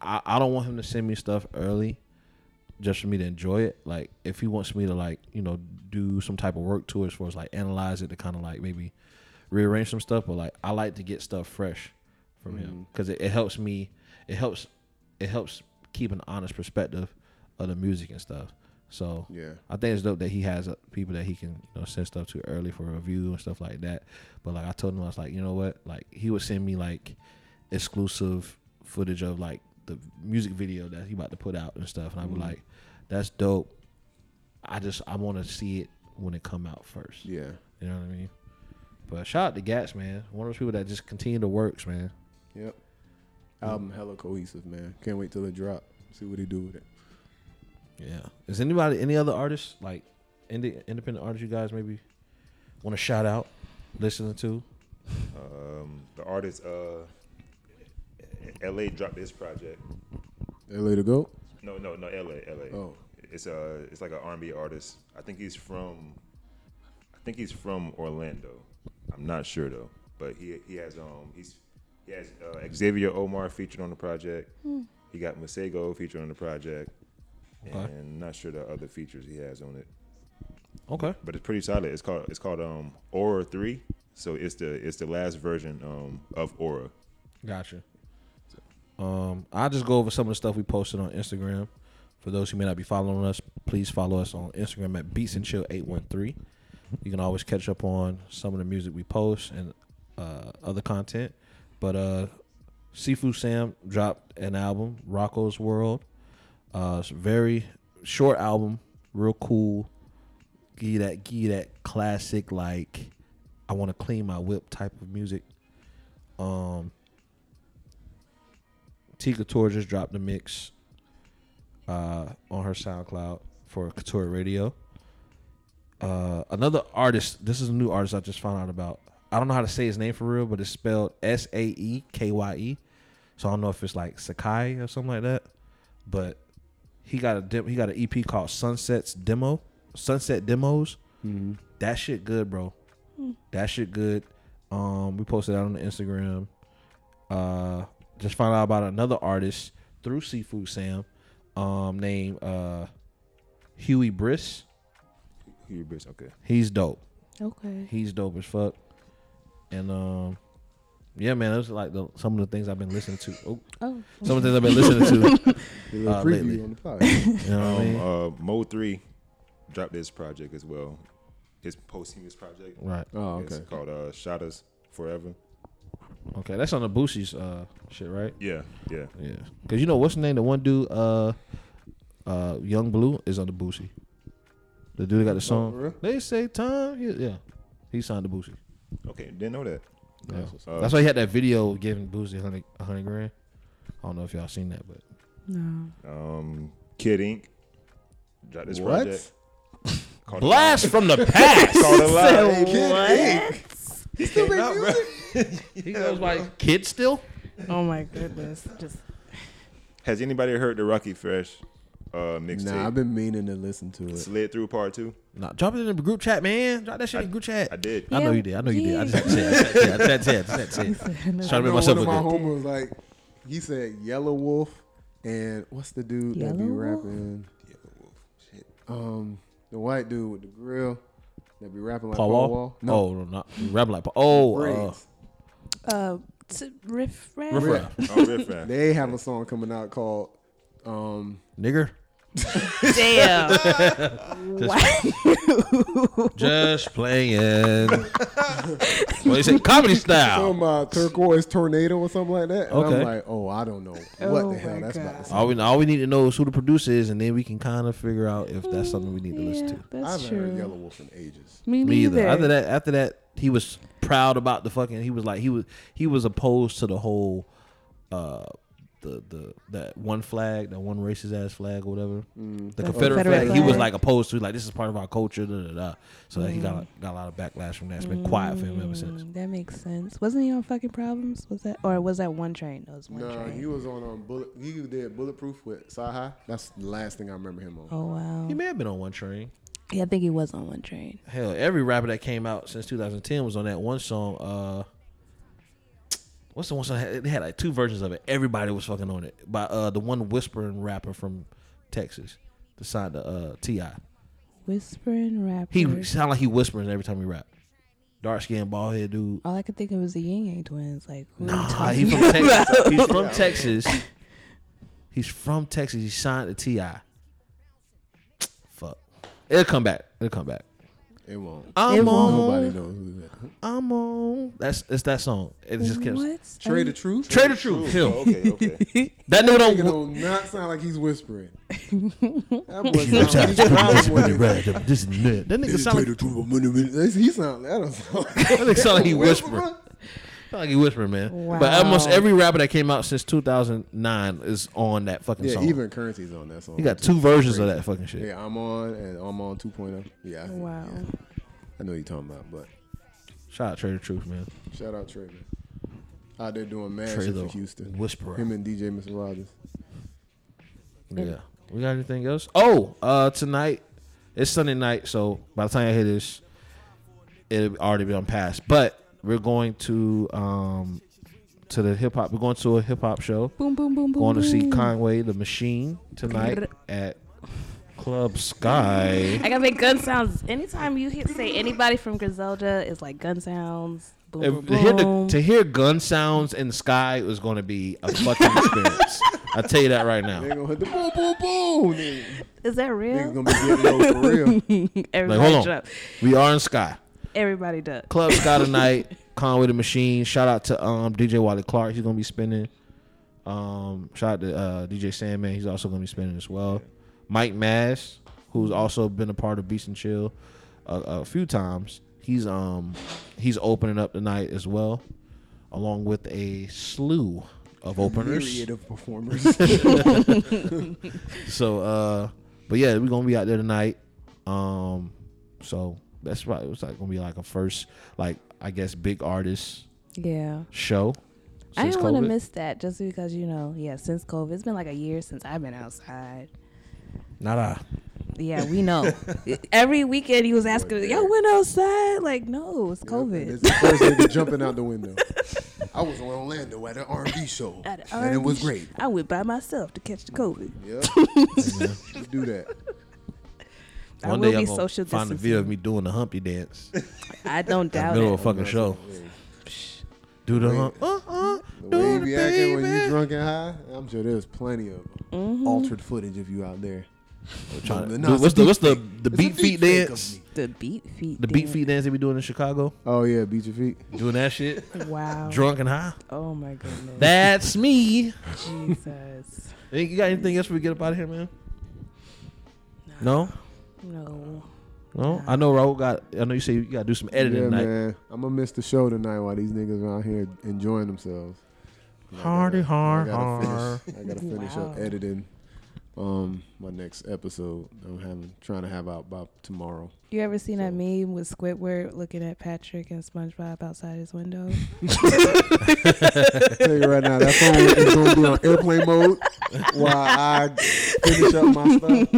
Speaker 3: I, I don't want him to send me stuff early, just for me to enjoy it. Like if he wants me to like you know do some type of work to it, as far as like analyze it to kind of like maybe rearrange some stuff. But like I like to get stuff fresh from him because it, it helps me. It helps. It helps keep an honest perspective of the music and stuff. So
Speaker 2: Yeah.
Speaker 3: I think it's dope that he has uh, people that he can you know send stuff to early for review and stuff like that. But like I told him, I was like, you know what? Like he would send me like exclusive footage of like the music video that he about to put out and stuff, and I would like, that's dope. I just I want to see it when it come out first.
Speaker 2: Yeah.
Speaker 3: You know what I mean? But shout out to Gats, man. One of those people that just continue to works, man.
Speaker 2: Yep. Album hella cohesive, man. Can't wait till it drop. See what he do with it.
Speaker 3: Yeah. Is anybody any other artists like indie, independent artists you guys maybe want to shout out, listening to?
Speaker 4: Um, the artist, uh, L.A. dropped this project.
Speaker 2: LA to go.
Speaker 4: No, no, no, L.A. L.A.
Speaker 2: Oh.
Speaker 4: it's a it's like an R&B artist. I think he's from, I think he's from Orlando. I'm not sure though, but he he has um he's he has uh, Xavier Omar featured on the project. He got Masego featured on the project, and not sure the other features he has on it.
Speaker 3: Okay.
Speaker 4: but it's pretty solid. It's called it's called um Aura Three. So it's the it's the last version um of Aura.
Speaker 3: Gotcha. Um, I'll just go over some of the stuff we posted on Instagram. For those who may not be following us, please follow us on Instagram at Beats and Chill eight one three. You can always catch up on some of the music we post and uh, other content. But uh, Sifu Sam dropped an album, Rocco's World. Uh, it's a very short album, real cool. Give you that, give you that classic like, I want to clean my whip type of music. Um, Tika Couture just dropped a mix uh, on her SoundCloud for Couture Radio. Uh, another artist, this is a new artist I just found out about. I don't know how to say his name for real, but it's spelled S A E K Y E. So I don't know if it's like Sakai or something like that. But he got a dem- he got an EP called Sunsets Demo, Sunset Demos. That shit good, bro. That shit good. Um, we posted that on the Instagram uh just found out about another artist through Seafood Sam, um, named uh Huey Briss.
Speaker 4: Hubris, okay.
Speaker 3: He's dope.
Speaker 1: Okay.
Speaker 3: He's dope as fuck. And um yeah, man, those are like the, some of the things I've been listening to. Oh,
Speaker 1: Oh.
Speaker 3: some of the things I've been listening to.
Speaker 2: A little
Speaker 3: Uh,
Speaker 2: preview
Speaker 3: lately.
Speaker 2: on the podcast.
Speaker 3: You know what I
Speaker 4: Um,
Speaker 3: mean?
Speaker 4: uh, Mo Three dropped this project as well. His posthumous project.
Speaker 3: Right.
Speaker 2: oh, okay.
Speaker 4: It's called uh Shadas Forever.
Speaker 3: Okay, that's on the Boosie's uh shit, right?
Speaker 4: Yeah, yeah.
Speaker 3: Yeah. Cause you know what's the name? The one dude, uh, uh, Young Blue is on the Boosie. The dude that got the
Speaker 2: for
Speaker 3: song.
Speaker 2: real?
Speaker 3: They say time. Yeah, yeah. he signed the Boosie.
Speaker 4: Okay, didn't know that.
Speaker 3: Yeah.
Speaker 4: Uh,
Speaker 3: That's why he had that video giving Boosie a hundred a hundred grand. I don't know if y'all seen that, but
Speaker 1: No.
Speaker 4: Um, Kid Ink dropped this
Speaker 2: What?
Speaker 4: project. Called
Speaker 3: blast from the past.
Speaker 4: It, called it live.
Speaker 2: Hey, kid, hey.
Speaker 4: It came out, bro.
Speaker 3: he goes like kid still.
Speaker 1: Oh my goodness. Just
Speaker 4: Has anybody heard the Rocky Fresh uh mixtape?
Speaker 2: Nah, I've been meaning to listen to it.
Speaker 4: Slid through part two.
Speaker 3: Nah, drop it in the group chat, man. Drop that shit in the group chat.
Speaker 4: I did.
Speaker 3: I know
Speaker 1: Yeah,
Speaker 3: you did. I know you did.
Speaker 1: yeah.
Speaker 3: I just had to say it. I just had to say it. I just had to say it. Trying to
Speaker 2: I
Speaker 3: make
Speaker 2: know one of
Speaker 3: myself look
Speaker 2: my
Speaker 3: good.
Speaker 2: homies was like, he said Yellow Wolf, and what's the dude that
Speaker 1: Yellow
Speaker 2: be
Speaker 1: Wolf?
Speaker 2: rapping? Um, the white dude with the grill that be rapping like
Speaker 3: Paul Wall.
Speaker 2: No,
Speaker 3: Oh, no, not rapping like Paul. Oh, uh,
Speaker 2: Briggs.
Speaker 1: uh to riff raff.
Speaker 3: Riff
Speaker 2: Riff.
Speaker 3: Raff.
Speaker 4: Oh, Riff Raff.
Speaker 2: They have a song coming out called um,
Speaker 3: Nigger.
Speaker 1: Damn. Why-
Speaker 3: Just playing. well, you say comedy style.
Speaker 2: some uh, turquoise tornado or something like that. And
Speaker 3: Okay.
Speaker 2: I'm like, oh, I don't know what
Speaker 1: Oh
Speaker 2: the hell
Speaker 1: my
Speaker 2: that's about
Speaker 1: God.
Speaker 2: to sound.
Speaker 3: All we, all we need to know is who the producer is, and then we can kind of figure out if that's something we need to listen
Speaker 1: yeah,
Speaker 3: to.
Speaker 2: I
Speaker 1: that's
Speaker 2: haven't
Speaker 1: true.
Speaker 2: heard Yellow Wolf in ages.
Speaker 1: Me
Speaker 3: Me
Speaker 1: neither.
Speaker 3: either. After that, after that, he was proud about the fucking. He was like he was he was opposed to the whole, uh, the the that one flag, that one racist ass flag or whatever, the
Speaker 1: Confederate
Speaker 3: Confederate, flag. He was
Speaker 1: flag.
Speaker 3: like opposed to like this is part of our culture. Da, da, da. So he got got a lot of backlash from that. It's been quiet for him ever since.
Speaker 1: Mm, That makes sense. Wasn't he on fucking problems? Was that or was that one train? That was one
Speaker 2: Nah,
Speaker 1: train.
Speaker 2: he was on um, bullet. He did bulletproof with Saha. That's the last thing I remember him on.
Speaker 1: oh wow.
Speaker 3: He may have been on one train.
Speaker 1: Yeah, I think he was on one train.
Speaker 3: Hell, every rapper that came out since 2010 was on that one song. Uh, what's the one song? They had like two versions of it. Everybody was fucking on it by uh the one whispering rapper from Texas, the sign the uh Ti.
Speaker 1: Whispering rapper.
Speaker 3: He sound like he whispering every time he rap. Dark skinned bald head dude.
Speaker 1: All I could think of was the Yin Yang twins. Like who are you
Speaker 3: Nah,
Speaker 1: talking
Speaker 3: he from Texas.
Speaker 1: about?
Speaker 3: He's from Texas. He's from Texas. He signed to Ti. Fuck. It'll come back. It'll come back.
Speaker 2: It won't.
Speaker 3: I'm
Speaker 1: It
Speaker 3: on.
Speaker 1: won't.
Speaker 2: Nobody knows who that.
Speaker 3: I'm on. That's it's that song. It just kept.
Speaker 1: What?
Speaker 2: Trey the Truth.
Speaker 3: Trade the truth.
Speaker 4: Oh, okay, okay.
Speaker 3: That nigga
Speaker 2: It
Speaker 3: don't.
Speaker 2: do not sound like he's whispering. That boy sound like he's driving one of these-
Speaker 3: This and that. That nigga sound like
Speaker 2: Trey the Truth, I'm in the middle. That's- He sound that don't sound like
Speaker 3: that nigga sound like he
Speaker 2: Whisperer?
Speaker 3: whispering. Sound like he whispering, man. But almost
Speaker 1: Wow.
Speaker 3: every rapper that came out since 2009 is on that fucking
Speaker 2: Yeah,
Speaker 3: song.
Speaker 2: even currencies on that song.
Speaker 3: you got two versions of that fucking shit.
Speaker 2: Yeah, I'm on and I'm on 2.0. Yeah. I-
Speaker 1: Wow.
Speaker 2: yeah, I know what you're talking about, but
Speaker 3: Shout out Trader Truth, man.
Speaker 2: shout out Trey. man. Out there doing mad
Speaker 3: Trey
Speaker 2: shit
Speaker 3: the
Speaker 2: for Houston.
Speaker 3: Whisperer.
Speaker 2: Him and DJ Mr. Rogers.
Speaker 3: Yeah. We got anything else? Oh, uh, tonight it's Sunday night, so by the time I hear this, it'll already be on past. But we're going to um to the hip hop. We're going to a hip hop show.
Speaker 1: Boom boom boom boom.
Speaker 3: Going to see
Speaker 1: boom.
Speaker 3: Conway the Machine tonight at Club Sky.
Speaker 1: I gotta make gun sounds. Anytime you hit, say anybody from Griselda, it's like gun sounds. Boom,
Speaker 3: If-
Speaker 1: boom,
Speaker 3: to, hear the,
Speaker 1: boom.
Speaker 3: to hear gun sounds in the sky is going to be a fucking experience. I tell you that right
Speaker 2: They
Speaker 3: now.
Speaker 2: gonna hit the boom, boom, boom. Nigga.
Speaker 1: Is that
Speaker 2: Niggas
Speaker 1: real?
Speaker 2: gonna be getting low for real.
Speaker 3: Like,
Speaker 1: Everybody
Speaker 3: hold on,
Speaker 1: jump.
Speaker 3: we are in sky.
Speaker 1: Everybody duck.
Speaker 3: Club Sky tonight. Conway the Machine. Shout out to um DJ Wally Clark. He's gonna be spinning. Um, shout out to uh, DJ Sandman. He's also gonna be spinning as well. Mike Mass, who's also been a part of Beats and Chill a, a few times. He's um he's opening up tonight as well, along with a slew of openers.
Speaker 2: Myriad of performers.
Speaker 3: So uh, but yeah, we're gonna be out there tonight. Um, so that's probably it's like gonna be like a first like I guess big artist
Speaker 1: Yeah.
Speaker 3: show.
Speaker 1: I
Speaker 3: since
Speaker 1: didn't want to
Speaker 3: COVID.
Speaker 1: miss that just because, you know, yeah, since COVID. It's been like a year since I've been outside.
Speaker 3: Not I.
Speaker 1: Yeah, we know. Every weekend he was asking, yo, went outside? Like, no, it's
Speaker 2: It's
Speaker 1: COVID.
Speaker 2: the first nigga jumping out the window. I was in Orlando at an R&B show,
Speaker 1: At an
Speaker 2: and it was
Speaker 1: R&B
Speaker 2: great.
Speaker 1: I went by myself to catch the COVID.
Speaker 2: Yep. Just do that.
Speaker 1: I
Speaker 3: One
Speaker 1: will
Speaker 3: day
Speaker 1: be
Speaker 3: I'm gonna
Speaker 1: social
Speaker 3: find a
Speaker 1: distancing.
Speaker 3: video of me doing the Humpty dance in
Speaker 1: I don't
Speaker 3: the
Speaker 1: doubt
Speaker 3: middle
Speaker 1: it.
Speaker 3: of a fucking show. Do the hump. Uh uh.
Speaker 2: The way
Speaker 3: Do
Speaker 2: you
Speaker 3: the
Speaker 2: be acting when you
Speaker 3: baby.
Speaker 2: drunk and high, I'm sure there's plenty of altered footage of you out there. Nah,
Speaker 3: Tryna- dude,
Speaker 2: it's a
Speaker 3: What's the what's the
Speaker 2: deep
Speaker 3: the
Speaker 2: fake. It's a deep
Speaker 3: beat feet
Speaker 2: fake of
Speaker 3: dance?
Speaker 2: me.
Speaker 1: The beat feet.
Speaker 3: The beat
Speaker 1: dance.
Speaker 3: feet dance they be doing in Chicago.
Speaker 2: Oh yeah, beat your feet.
Speaker 3: Doing that shit.
Speaker 1: Wow.
Speaker 3: Drunk and high.
Speaker 1: Oh my goodness.
Speaker 3: That's me.
Speaker 1: Jesus.
Speaker 3: Think you got anything else we get up out of here, man? No.
Speaker 1: No.
Speaker 3: No, I know Raul got. I know you say you gotta do some editing
Speaker 2: yeah,
Speaker 3: tonight.
Speaker 2: man. I'm gonna miss the show tonight while these niggas out here enjoying themselves. And I
Speaker 3: Hardy,
Speaker 2: gotta-
Speaker 3: hard,
Speaker 2: I gotta
Speaker 3: hard.
Speaker 2: finish. I gotta finish up
Speaker 1: Wow.
Speaker 2: editing um my next episode. I'm having trying to have out by tomorrow.
Speaker 1: You ever seen that meme with Squidward looking at Patrick and SpongeBob outside his window?
Speaker 2: tell you right now, that phone is gonna be on airplane mode while I finish up my stuff.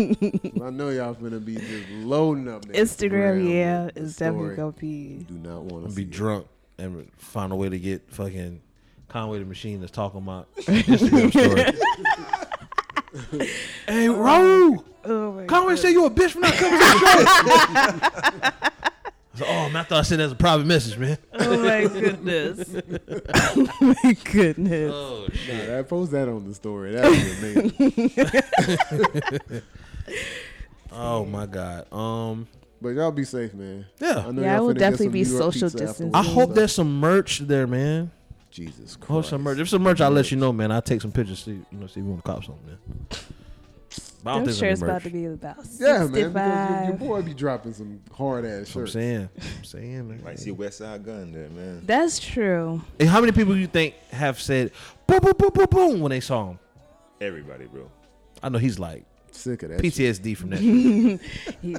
Speaker 2: I know y'all finna be just loading up. that
Speaker 1: Instagram, yeah,
Speaker 2: with the
Speaker 1: it's definitely gonna
Speaker 2: story.
Speaker 1: be.
Speaker 2: Do not want
Speaker 3: and
Speaker 2: to
Speaker 3: be
Speaker 2: see it.
Speaker 3: drunk and find a way to get fucking Conway the Machine that's talking about Instagram story. hey, Raul,
Speaker 1: Oh my
Speaker 3: Conway said you a bitch for not coming to the show. I said, oh, man, I thought I sent that as a private message, man.
Speaker 1: Oh my goodness. oh my goodness.
Speaker 3: Oh,
Speaker 2: Nah, that post that on the story. That was amazing.
Speaker 3: oh my God. Um,
Speaker 2: but y'all be safe, man.
Speaker 3: yeah.
Speaker 2: know
Speaker 1: Yeah, I
Speaker 2: y'all
Speaker 1: will
Speaker 2: finna get
Speaker 1: definitely
Speaker 2: some
Speaker 1: be
Speaker 2: New York
Speaker 1: social
Speaker 2: pizza afterwards,
Speaker 3: I
Speaker 1: distancing.
Speaker 3: hope
Speaker 2: so-
Speaker 3: there's some merch there, man.
Speaker 2: Jesus Christ.
Speaker 3: I hope some merch. If some merch, I'll let you know, man. I'll take some pictures. See, you know, see if you want to cop something, man. But I don't
Speaker 1: Them
Speaker 3: think there's
Speaker 1: shirts
Speaker 3: any merch.
Speaker 1: about to be about
Speaker 2: Yeah,
Speaker 1: 65.
Speaker 2: man. Because your, your boy be dropping some hard ass
Speaker 3: That's what I'm
Speaker 2: shirts.
Speaker 3: saying. I'm saying, man.
Speaker 4: Like see West Side Gun there, man.
Speaker 1: That's true.
Speaker 3: And how many people you think have said boom, boom, boom, boom, boom when they saw him?
Speaker 4: Everybody, bro.
Speaker 3: I know he's like
Speaker 2: Sick of that. shit.
Speaker 3: PTSD from that. shit.
Speaker 1: He-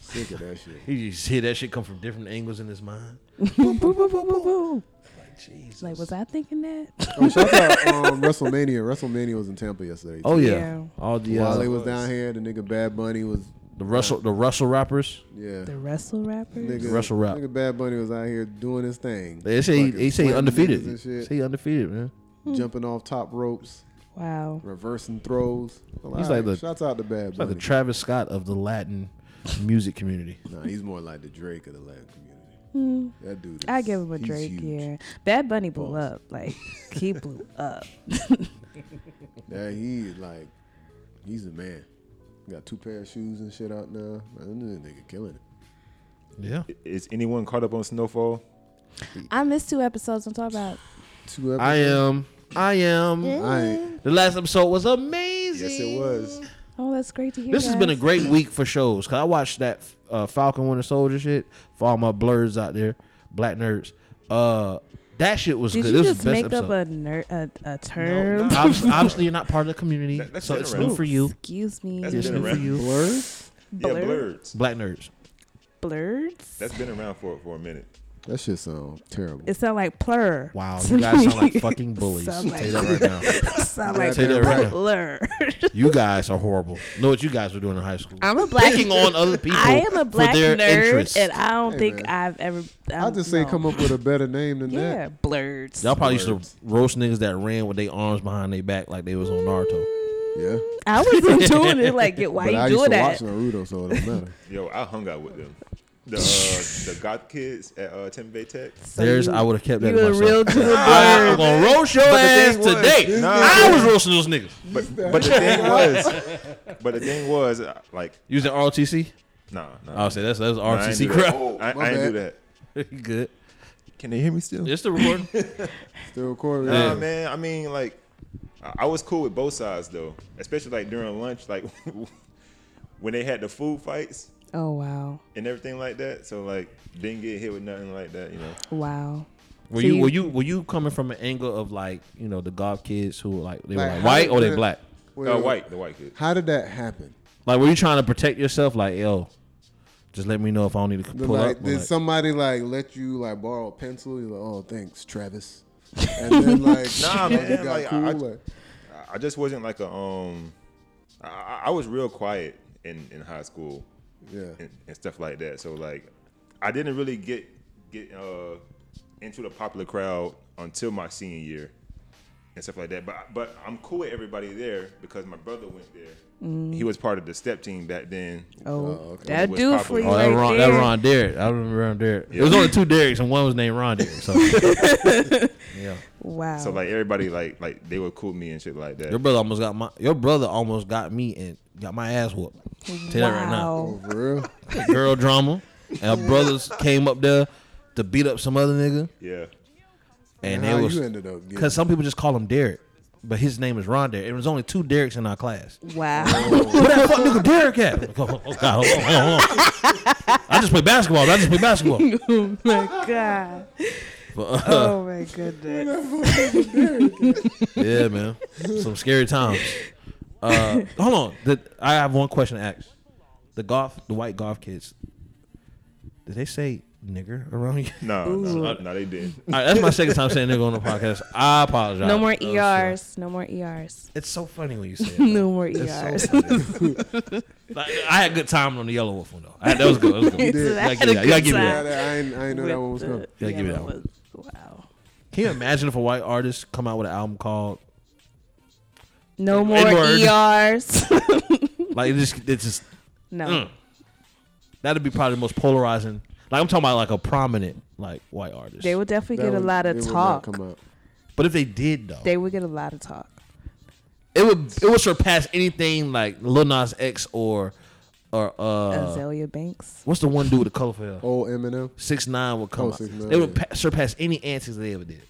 Speaker 2: Sick of that shit.
Speaker 3: he just hear that shit come from different angles in his mind.
Speaker 1: Boom, boom, boom, boom, boom, boom.
Speaker 3: Like, Jesus.
Speaker 1: Like, was I thinking that?
Speaker 2: Oh, shout out um, WrestleMania. WrestleMania was in Tampa yesterday.
Speaker 3: oh yeah.
Speaker 1: Yeah.
Speaker 3: all the
Speaker 2: While they
Speaker 3: uh,
Speaker 2: was down here, the nigga Bad Bunny was
Speaker 3: the Russell the Russell rappers.
Speaker 2: yeah.
Speaker 1: The wrestle rapper?
Speaker 2: Nigga,
Speaker 3: Russell rap.
Speaker 2: nigga Bad Bunny was out here doing his thing.
Speaker 3: They say he,
Speaker 2: Fucking
Speaker 3: they say he
Speaker 2: slapping
Speaker 3: undefeated.
Speaker 2: niggas and
Speaker 3: He
Speaker 2: shit,
Speaker 3: Say he undefeated, man.
Speaker 1: Hmm.
Speaker 2: jumping off top ropes,
Speaker 1: Wow.
Speaker 2: reversing throws. Well,
Speaker 3: He's
Speaker 2: all
Speaker 3: like
Speaker 2: right,
Speaker 3: the-
Speaker 2: shouts out to Bad
Speaker 3: He's like
Speaker 2: Bunny.
Speaker 3: the Travis Scott of the Latin music community.
Speaker 2: nah, he's more like the Drake of the Latin community. That dude. Is,
Speaker 1: Hmm. I give him a
Speaker 2: he's
Speaker 1: Drake,
Speaker 2: huge.
Speaker 1: yeah. Bad Bunny blew
Speaker 2: Balls.
Speaker 1: up. Like, he blew up.
Speaker 2: Yeah, he like, he's a man. Got two pair of shoes and shit out now. Man, that nigga killing it.
Speaker 3: Yeah.
Speaker 4: I- Is anyone caught up on Snowfall?
Speaker 1: I missed two episodes. Don't talk about
Speaker 2: Two
Speaker 3: I am. I am.
Speaker 2: I ain't-
Speaker 3: The last episode was amazing.
Speaker 4: Yes, it was.
Speaker 1: Oh, that's great to hear.
Speaker 3: This has been a
Speaker 1: guys.
Speaker 3: great week for shows. Cause I watched that uh, Falcon Winter Soldier shit for all my blurs out there, black nerds. Uh, that shit was
Speaker 1: Did
Speaker 3: good.
Speaker 1: you
Speaker 3: it was
Speaker 1: just
Speaker 3: the best
Speaker 1: make
Speaker 3: episode.
Speaker 1: up a, ner- a, a term?
Speaker 3: obviously, obviously, you're not part of the community,
Speaker 4: That- that's
Speaker 3: so it's
Speaker 4: interesting.
Speaker 3: new for you.
Speaker 1: Excuse me.
Speaker 4: That's
Speaker 3: It's new
Speaker 4: been
Speaker 3: for
Speaker 4: around.
Speaker 3: you.
Speaker 2: Blur?
Speaker 4: Yeah,
Speaker 1: Blurred?
Speaker 4: Blurreds.
Speaker 3: Black nerds.
Speaker 1: Blurs?
Speaker 4: That's been around for for a minute.
Speaker 2: That shit sound terrible.
Speaker 1: It sound like plur.
Speaker 3: Wow, you guys sound like fucking bullies.
Speaker 1: Sound
Speaker 3: I'll tell you that right now.
Speaker 1: sound
Speaker 3: I'll
Speaker 1: like
Speaker 3: tell you that right now.
Speaker 1: plur.
Speaker 3: You guys are horrible. Know what you guys were doing in high school?
Speaker 1: I'm a black.
Speaker 3: Picking on other people
Speaker 1: I am a
Speaker 3: for
Speaker 1: black
Speaker 3: their
Speaker 1: nerd,
Speaker 3: interests.
Speaker 1: and I don't
Speaker 2: Hey,
Speaker 1: think
Speaker 2: man.
Speaker 1: I've ever. I
Speaker 2: I
Speaker 1: don't
Speaker 2: just say
Speaker 1: know.
Speaker 2: come up with a better name than
Speaker 1: Yeah,
Speaker 2: that.
Speaker 1: blurs.
Speaker 3: Y'all probably used to roast niggas that ran with their arms behind their back like they was on Naruto.
Speaker 1: Mm.
Speaker 2: Yeah.
Speaker 1: I was in tune it. Like, yeah, why
Speaker 2: but
Speaker 1: you
Speaker 2: I
Speaker 1: do
Speaker 2: used to
Speaker 1: that?
Speaker 2: watch Naruto, so it don't matter.
Speaker 4: Yo, I hung out with them. The uh, the goth kids at uh, Tim Bay Tech.
Speaker 1: So
Speaker 3: There's,
Speaker 1: you-
Speaker 3: I would have kept that.
Speaker 1: You
Speaker 3: to
Speaker 1: a
Speaker 3: myself.
Speaker 1: real to the
Speaker 3: I- I'm
Speaker 1: blur.
Speaker 3: gonna roast your ass
Speaker 4: thing was-
Speaker 3: today.
Speaker 4: Nah.
Speaker 3: I was roasting those niggas.
Speaker 4: But but the thing was, but the thing was, uh, like,
Speaker 3: Using ROTC?
Speaker 4: nah, nah.
Speaker 3: I'll say that's that's
Speaker 4: nah, I ain't
Speaker 3: ROTC
Speaker 4: do that.
Speaker 3: crap.
Speaker 4: I,
Speaker 2: my
Speaker 4: I ain't do
Speaker 2: bad.
Speaker 4: that.
Speaker 3: Good.
Speaker 4: Can they hear me still?
Speaker 3: It's the recording.
Speaker 2: Still recording.
Speaker 4: Nah,
Speaker 3: Yeah.
Speaker 4: man. I mean, like, I I was cool with both sides though, especially like during lunch, like when they had the food fights
Speaker 1: Oh wow,
Speaker 4: and everything like that. So like, didn't get hit with nothing like that, you know.
Speaker 1: wow.
Speaker 3: Were
Speaker 1: So
Speaker 3: you
Speaker 1: you-
Speaker 3: were you were you coming from an angle of like you know the golf kids who like they were
Speaker 2: Like,
Speaker 3: like
Speaker 2: how
Speaker 3: white or
Speaker 2: did
Speaker 3: they
Speaker 2: the-
Speaker 3: black?
Speaker 2: Wait,
Speaker 4: Uh,
Speaker 2: wait,
Speaker 4: white, the white kid.
Speaker 2: How did that happen?
Speaker 3: Like were you trying to protect yourself? Like yo, just let me know if I don't need to
Speaker 2: The,
Speaker 3: pull
Speaker 2: like,
Speaker 3: up.
Speaker 2: did
Speaker 3: Like,
Speaker 2: somebody like let you like borrow a pencil? You're like, oh, thanks, Travis. And then like,
Speaker 4: Nah,
Speaker 2: you
Speaker 4: man,
Speaker 2: got
Speaker 4: like,
Speaker 2: cool,
Speaker 4: I-
Speaker 2: like-
Speaker 4: I- I just wasn't like a um. I- I, I was real quiet in in high school.
Speaker 2: yeah.
Speaker 4: and, and stuff like that. So like, I didn't really get get uh, into the popular crowd until my senior year and stuff like that. But but I'm cool with everybody there because my brother went there.
Speaker 2: Mm.
Speaker 4: He was part of the step team back then.
Speaker 1: Oh,
Speaker 2: okay.
Speaker 1: that
Speaker 4: What's
Speaker 1: do for
Speaker 4: popular?
Speaker 1: you
Speaker 3: Oh, that
Speaker 1: right
Speaker 3: Ron,
Speaker 1: there.
Speaker 3: that Ron Derrick. I remember Ron Derrick. There was
Speaker 4: Yeah.
Speaker 3: only two Derricks, and one was named Ron Derrick. So, yeah,
Speaker 1: Wow.
Speaker 2: Oh.
Speaker 4: So like everybody like like they would cool me and shit like that.
Speaker 3: your brother almost got my your brother almost got me and got my ass whooped. Tell that right now.
Speaker 1: wow.
Speaker 2: Oh, for real?
Speaker 3: girl drama. And her brothers came up there to beat up some other nigga.
Speaker 4: yeah.
Speaker 3: And
Speaker 2: How
Speaker 3: it was
Speaker 2: you ended up getting?
Speaker 3: because some people just call him Derek, but his name is Ron Derek. It was only two Derek's in our class.
Speaker 1: Wow. Oh,
Speaker 3: Where that fuck nigga Derek at? Oh, oh, God, hold on, hold on. I just play basketball. I just play basketball.
Speaker 1: oh my god. oh my goodness.
Speaker 3: Yeah, man. Some scary times. Uh, hold on. The, I have one question to ask. The golf, the white golf kids. Did they say nigger around you?
Speaker 4: No, no, no, they didn't.
Speaker 3: All right, that's my second time saying nigger on the podcast. I apologize.
Speaker 1: No more E
Speaker 3: Oh, shit.
Speaker 1: ERs. No more E ERs.
Speaker 3: It's so funny when you say it.
Speaker 1: No more E
Speaker 3: It's
Speaker 1: ERs.
Speaker 3: so funny. like, I had a good time on the Yellow Wolf one though. I, that was good. That was good.
Speaker 2: did.
Speaker 1: I
Speaker 3: Y'all
Speaker 1: had a good
Speaker 3: give me that. Y'all give me
Speaker 2: Yeah,
Speaker 1: time
Speaker 2: that- I ain't, I ain't know that one was
Speaker 1: with
Speaker 2: coming.
Speaker 1: the
Speaker 3: Yeah, give me that
Speaker 1: yellow was- Wow.
Speaker 3: Can you imagine if a white artist come out with an album called
Speaker 1: No more
Speaker 3: N-word.
Speaker 1: ERs.
Speaker 3: like it just mm. it just
Speaker 1: no.
Speaker 3: mm. that'd be probably the most polarizing. Like I'm talking about like a prominent like white artist.
Speaker 1: They would definitely
Speaker 2: That
Speaker 1: get
Speaker 2: would-
Speaker 1: a lot
Speaker 2: it
Speaker 1: of
Speaker 2: would not
Speaker 1: talk.
Speaker 2: Come up.
Speaker 3: but if they did though,
Speaker 1: They would get a lot of talk.
Speaker 3: it would it would surpass anything like Lil Nas X or or uh
Speaker 1: Azalea Banks.
Speaker 3: what's the one dude with the colorful hair?
Speaker 2: Old Oh, Eminem,
Speaker 3: Six nine would come.
Speaker 2: Oh,
Speaker 3: out.
Speaker 2: 6ix9ine,
Speaker 3: They would
Speaker 2: yeah.
Speaker 3: pa- surpass any antics they ever did.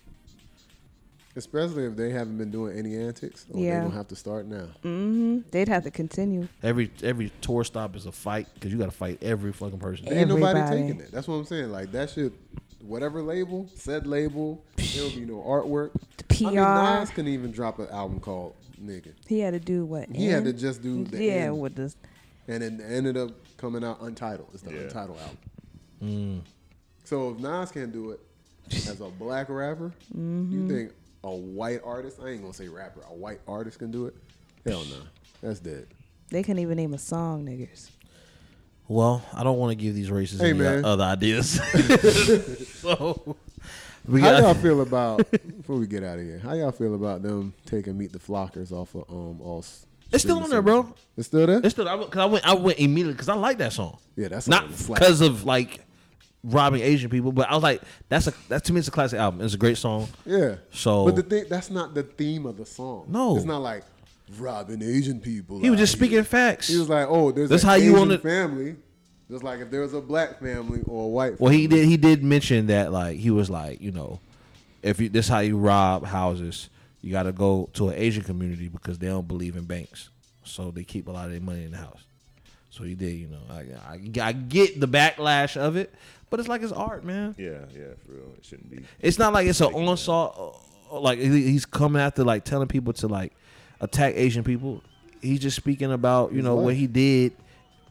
Speaker 2: especially if they haven't been doing any antics, or
Speaker 1: Yeah.
Speaker 2: they gonna have to start now.
Speaker 1: hmm They'd have to continue.
Speaker 3: Every every tour stop is a fight because you got to fight every fucking person.
Speaker 2: Ain't nobody
Speaker 1: Everybody.
Speaker 2: taking it. That's what I'm saying. Like that shit, whatever label, said label, there'll be no artwork.
Speaker 1: The PR.
Speaker 2: I mean, Nas can even drop an album called "Nigga."
Speaker 1: he had to do what?
Speaker 2: He had to
Speaker 1: N?
Speaker 2: just do the
Speaker 1: yeah,
Speaker 2: N,
Speaker 1: with this.
Speaker 2: and it ended up coming out untitled. It's the
Speaker 4: Yeah.
Speaker 2: untitled album.
Speaker 3: Mm.
Speaker 2: So if Nas can't do it as a black rapper,
Speaker 3: Mm-hmm.
Speaker 2: you think a white artist? I ain't gonna say rapper. A white artist can do it? Hell no, that's dead.
Speaker 1: They couldn't even name a song, niggas.
Speaker 3: Well, I don't want to give these races
Speaker 2: Hey,
Speaker 3: any uh,
Speaker 2: man.
Speaker 3: other ideas. so we
Speaker 2: How
Speaker 3: got
Speaker 2: y'all feel about before we get out of here? How y'all feel about them taking Meet the Flockers off of um all? s-
Speaker 3: It's still
Speaker 2: streaming
Speaker 3: on there, bro.
Speaker 2: services? It's still there.
Speaker 3: it's still I, went- cause I went I went immediately because I like that song.
Speaker 2: Yeah, that's
Speaker 3: not
Speaker 2: on the slap.
Speaker 3: because of like robbing Asian people, but I was like, that's a that to me it's a classic album. It's a great song.
Speaker 2: yeah.
Speaker 3: So-
Speaker 2: but the thing that's not the theme of the song.
Speaker 3: No.
Speaker 2: it's not like robbing Asian people.
Speaker 3: He was
Speaker 2: out
Speaker 3: just
Speaker 2: here.
Speaker 3: speaking facts.
Speaker 2: He was like, "Oh, there's
Speaker 3: That's
Speaker 2: an
Speaker 3: how you
Speaker 2: Asian
Speaker 3: wanna-
Speaker 2: family." Just like if there was a black family or a white.
Speaker 3: well, he did he did mention that like he was like you know if you this how you rob houses, you got to go to an Asian community because they don't believe in banks, so they keep a lot of their money in the house. So he did, you know. I, I, I get the backlash of it, but it's like it's art, man.
Speaker 4: Yeah, yeah, for real. It shouldn't be.
Speaker 3: It's not like it's an onslaught. uh, Like he- he's coming after like telling people to like attack Asian people. He's just speaking about you know what
Speaker 2: life.
Speaker 3: he did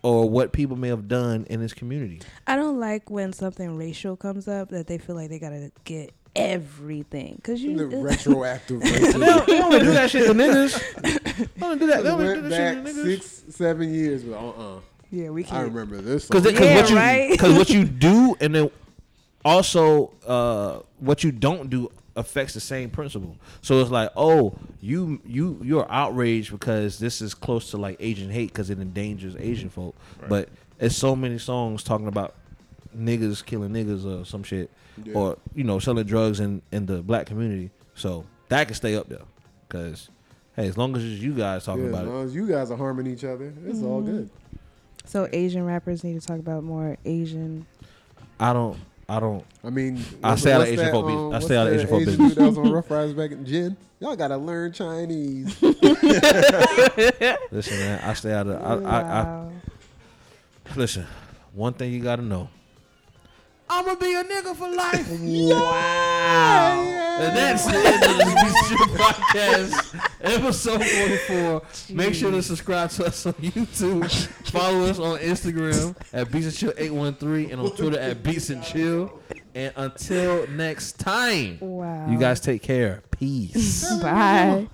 Speaker 3: or what people may have done in his community.
Speaker 1: I don't like when something racial comes up that they feel like they gotta get everything because you.
Speaker 2: the
Speaker 1: it's-
Speaker 2: retroactive.
Speaker 3: They
Speaker 2: racism.
Speaker 3: don't, they don't do that shit to niggas. They don't do that. They don't do
Speaker 2: Went
Speaker 3: that
Speaker 2: back
Speaker 3: shit to niggas.
Speaker 2: six, seven years, but uh, uh
Speaker 1: yeah, we
Speaker 2: I
Speaker 1: can't.
Speaker 2: remember this.
Speaker 3: Because
Speaker 2: song.
Speaker 1: Yeah,
Speaker 3: what you
Speaker 1: right?
Speaker 3: because what you do and then also uh, what you don't do affects the same principle. So it's like, oh, you you you're outraged because this is close to like Asian hate because it endangers Asian folk. But it's so many songs talking about niggas killing niggas or some shit,
Speaker 2: Yeah.
Speaker 3: or you know selling drugs in in the black community. So that can stay up there because. Hey, as long as it's you guys talking
Speaker 2: Yeah, as
Speaker 3: about it,
Speaker 2: long as you guys are harming each other, it's all good.
Speaker 1: So Asian rappers need to talk about more Asian.
Speaker 3: I don't, I don't,
Speaker 2: I mean,
Speaker 3: I
Speaker 2: what's-
Speaker 3: stay out of
Speaker 2: what's
Speaker 3: Asian
Speaker 2: that, um,
Speaker 3: folk business. I
Speaker 2: what's
Speaker 3: stay out of
Speaker 2: that
Speaker 3: Asian folk
Speaker 2: Asian
Speaker 3: business.
Speaker 2: dude that was on Rough Riders back in Jen. Y'all gotta learn Chinese.
Speaker 3: Listen, man, I stay out of. I,
Speaker 1: wow.
Speaker 3: I, I listen. One thing you gotta know. I'm gonna be a nigga for life.
Speaker 1: Wow.
Speaker 3: And that's the end of this Beast Shit podcast, episode 44. Make sure to subscribe to us on YouTube. Follow us on Instagram at Beats and Chill 813 and on Twitter at Beats and Chill. And until next time,
Speaker 1: Wow.
Speaker 3: you guys take care. Peace.
Speaker 1: Bye.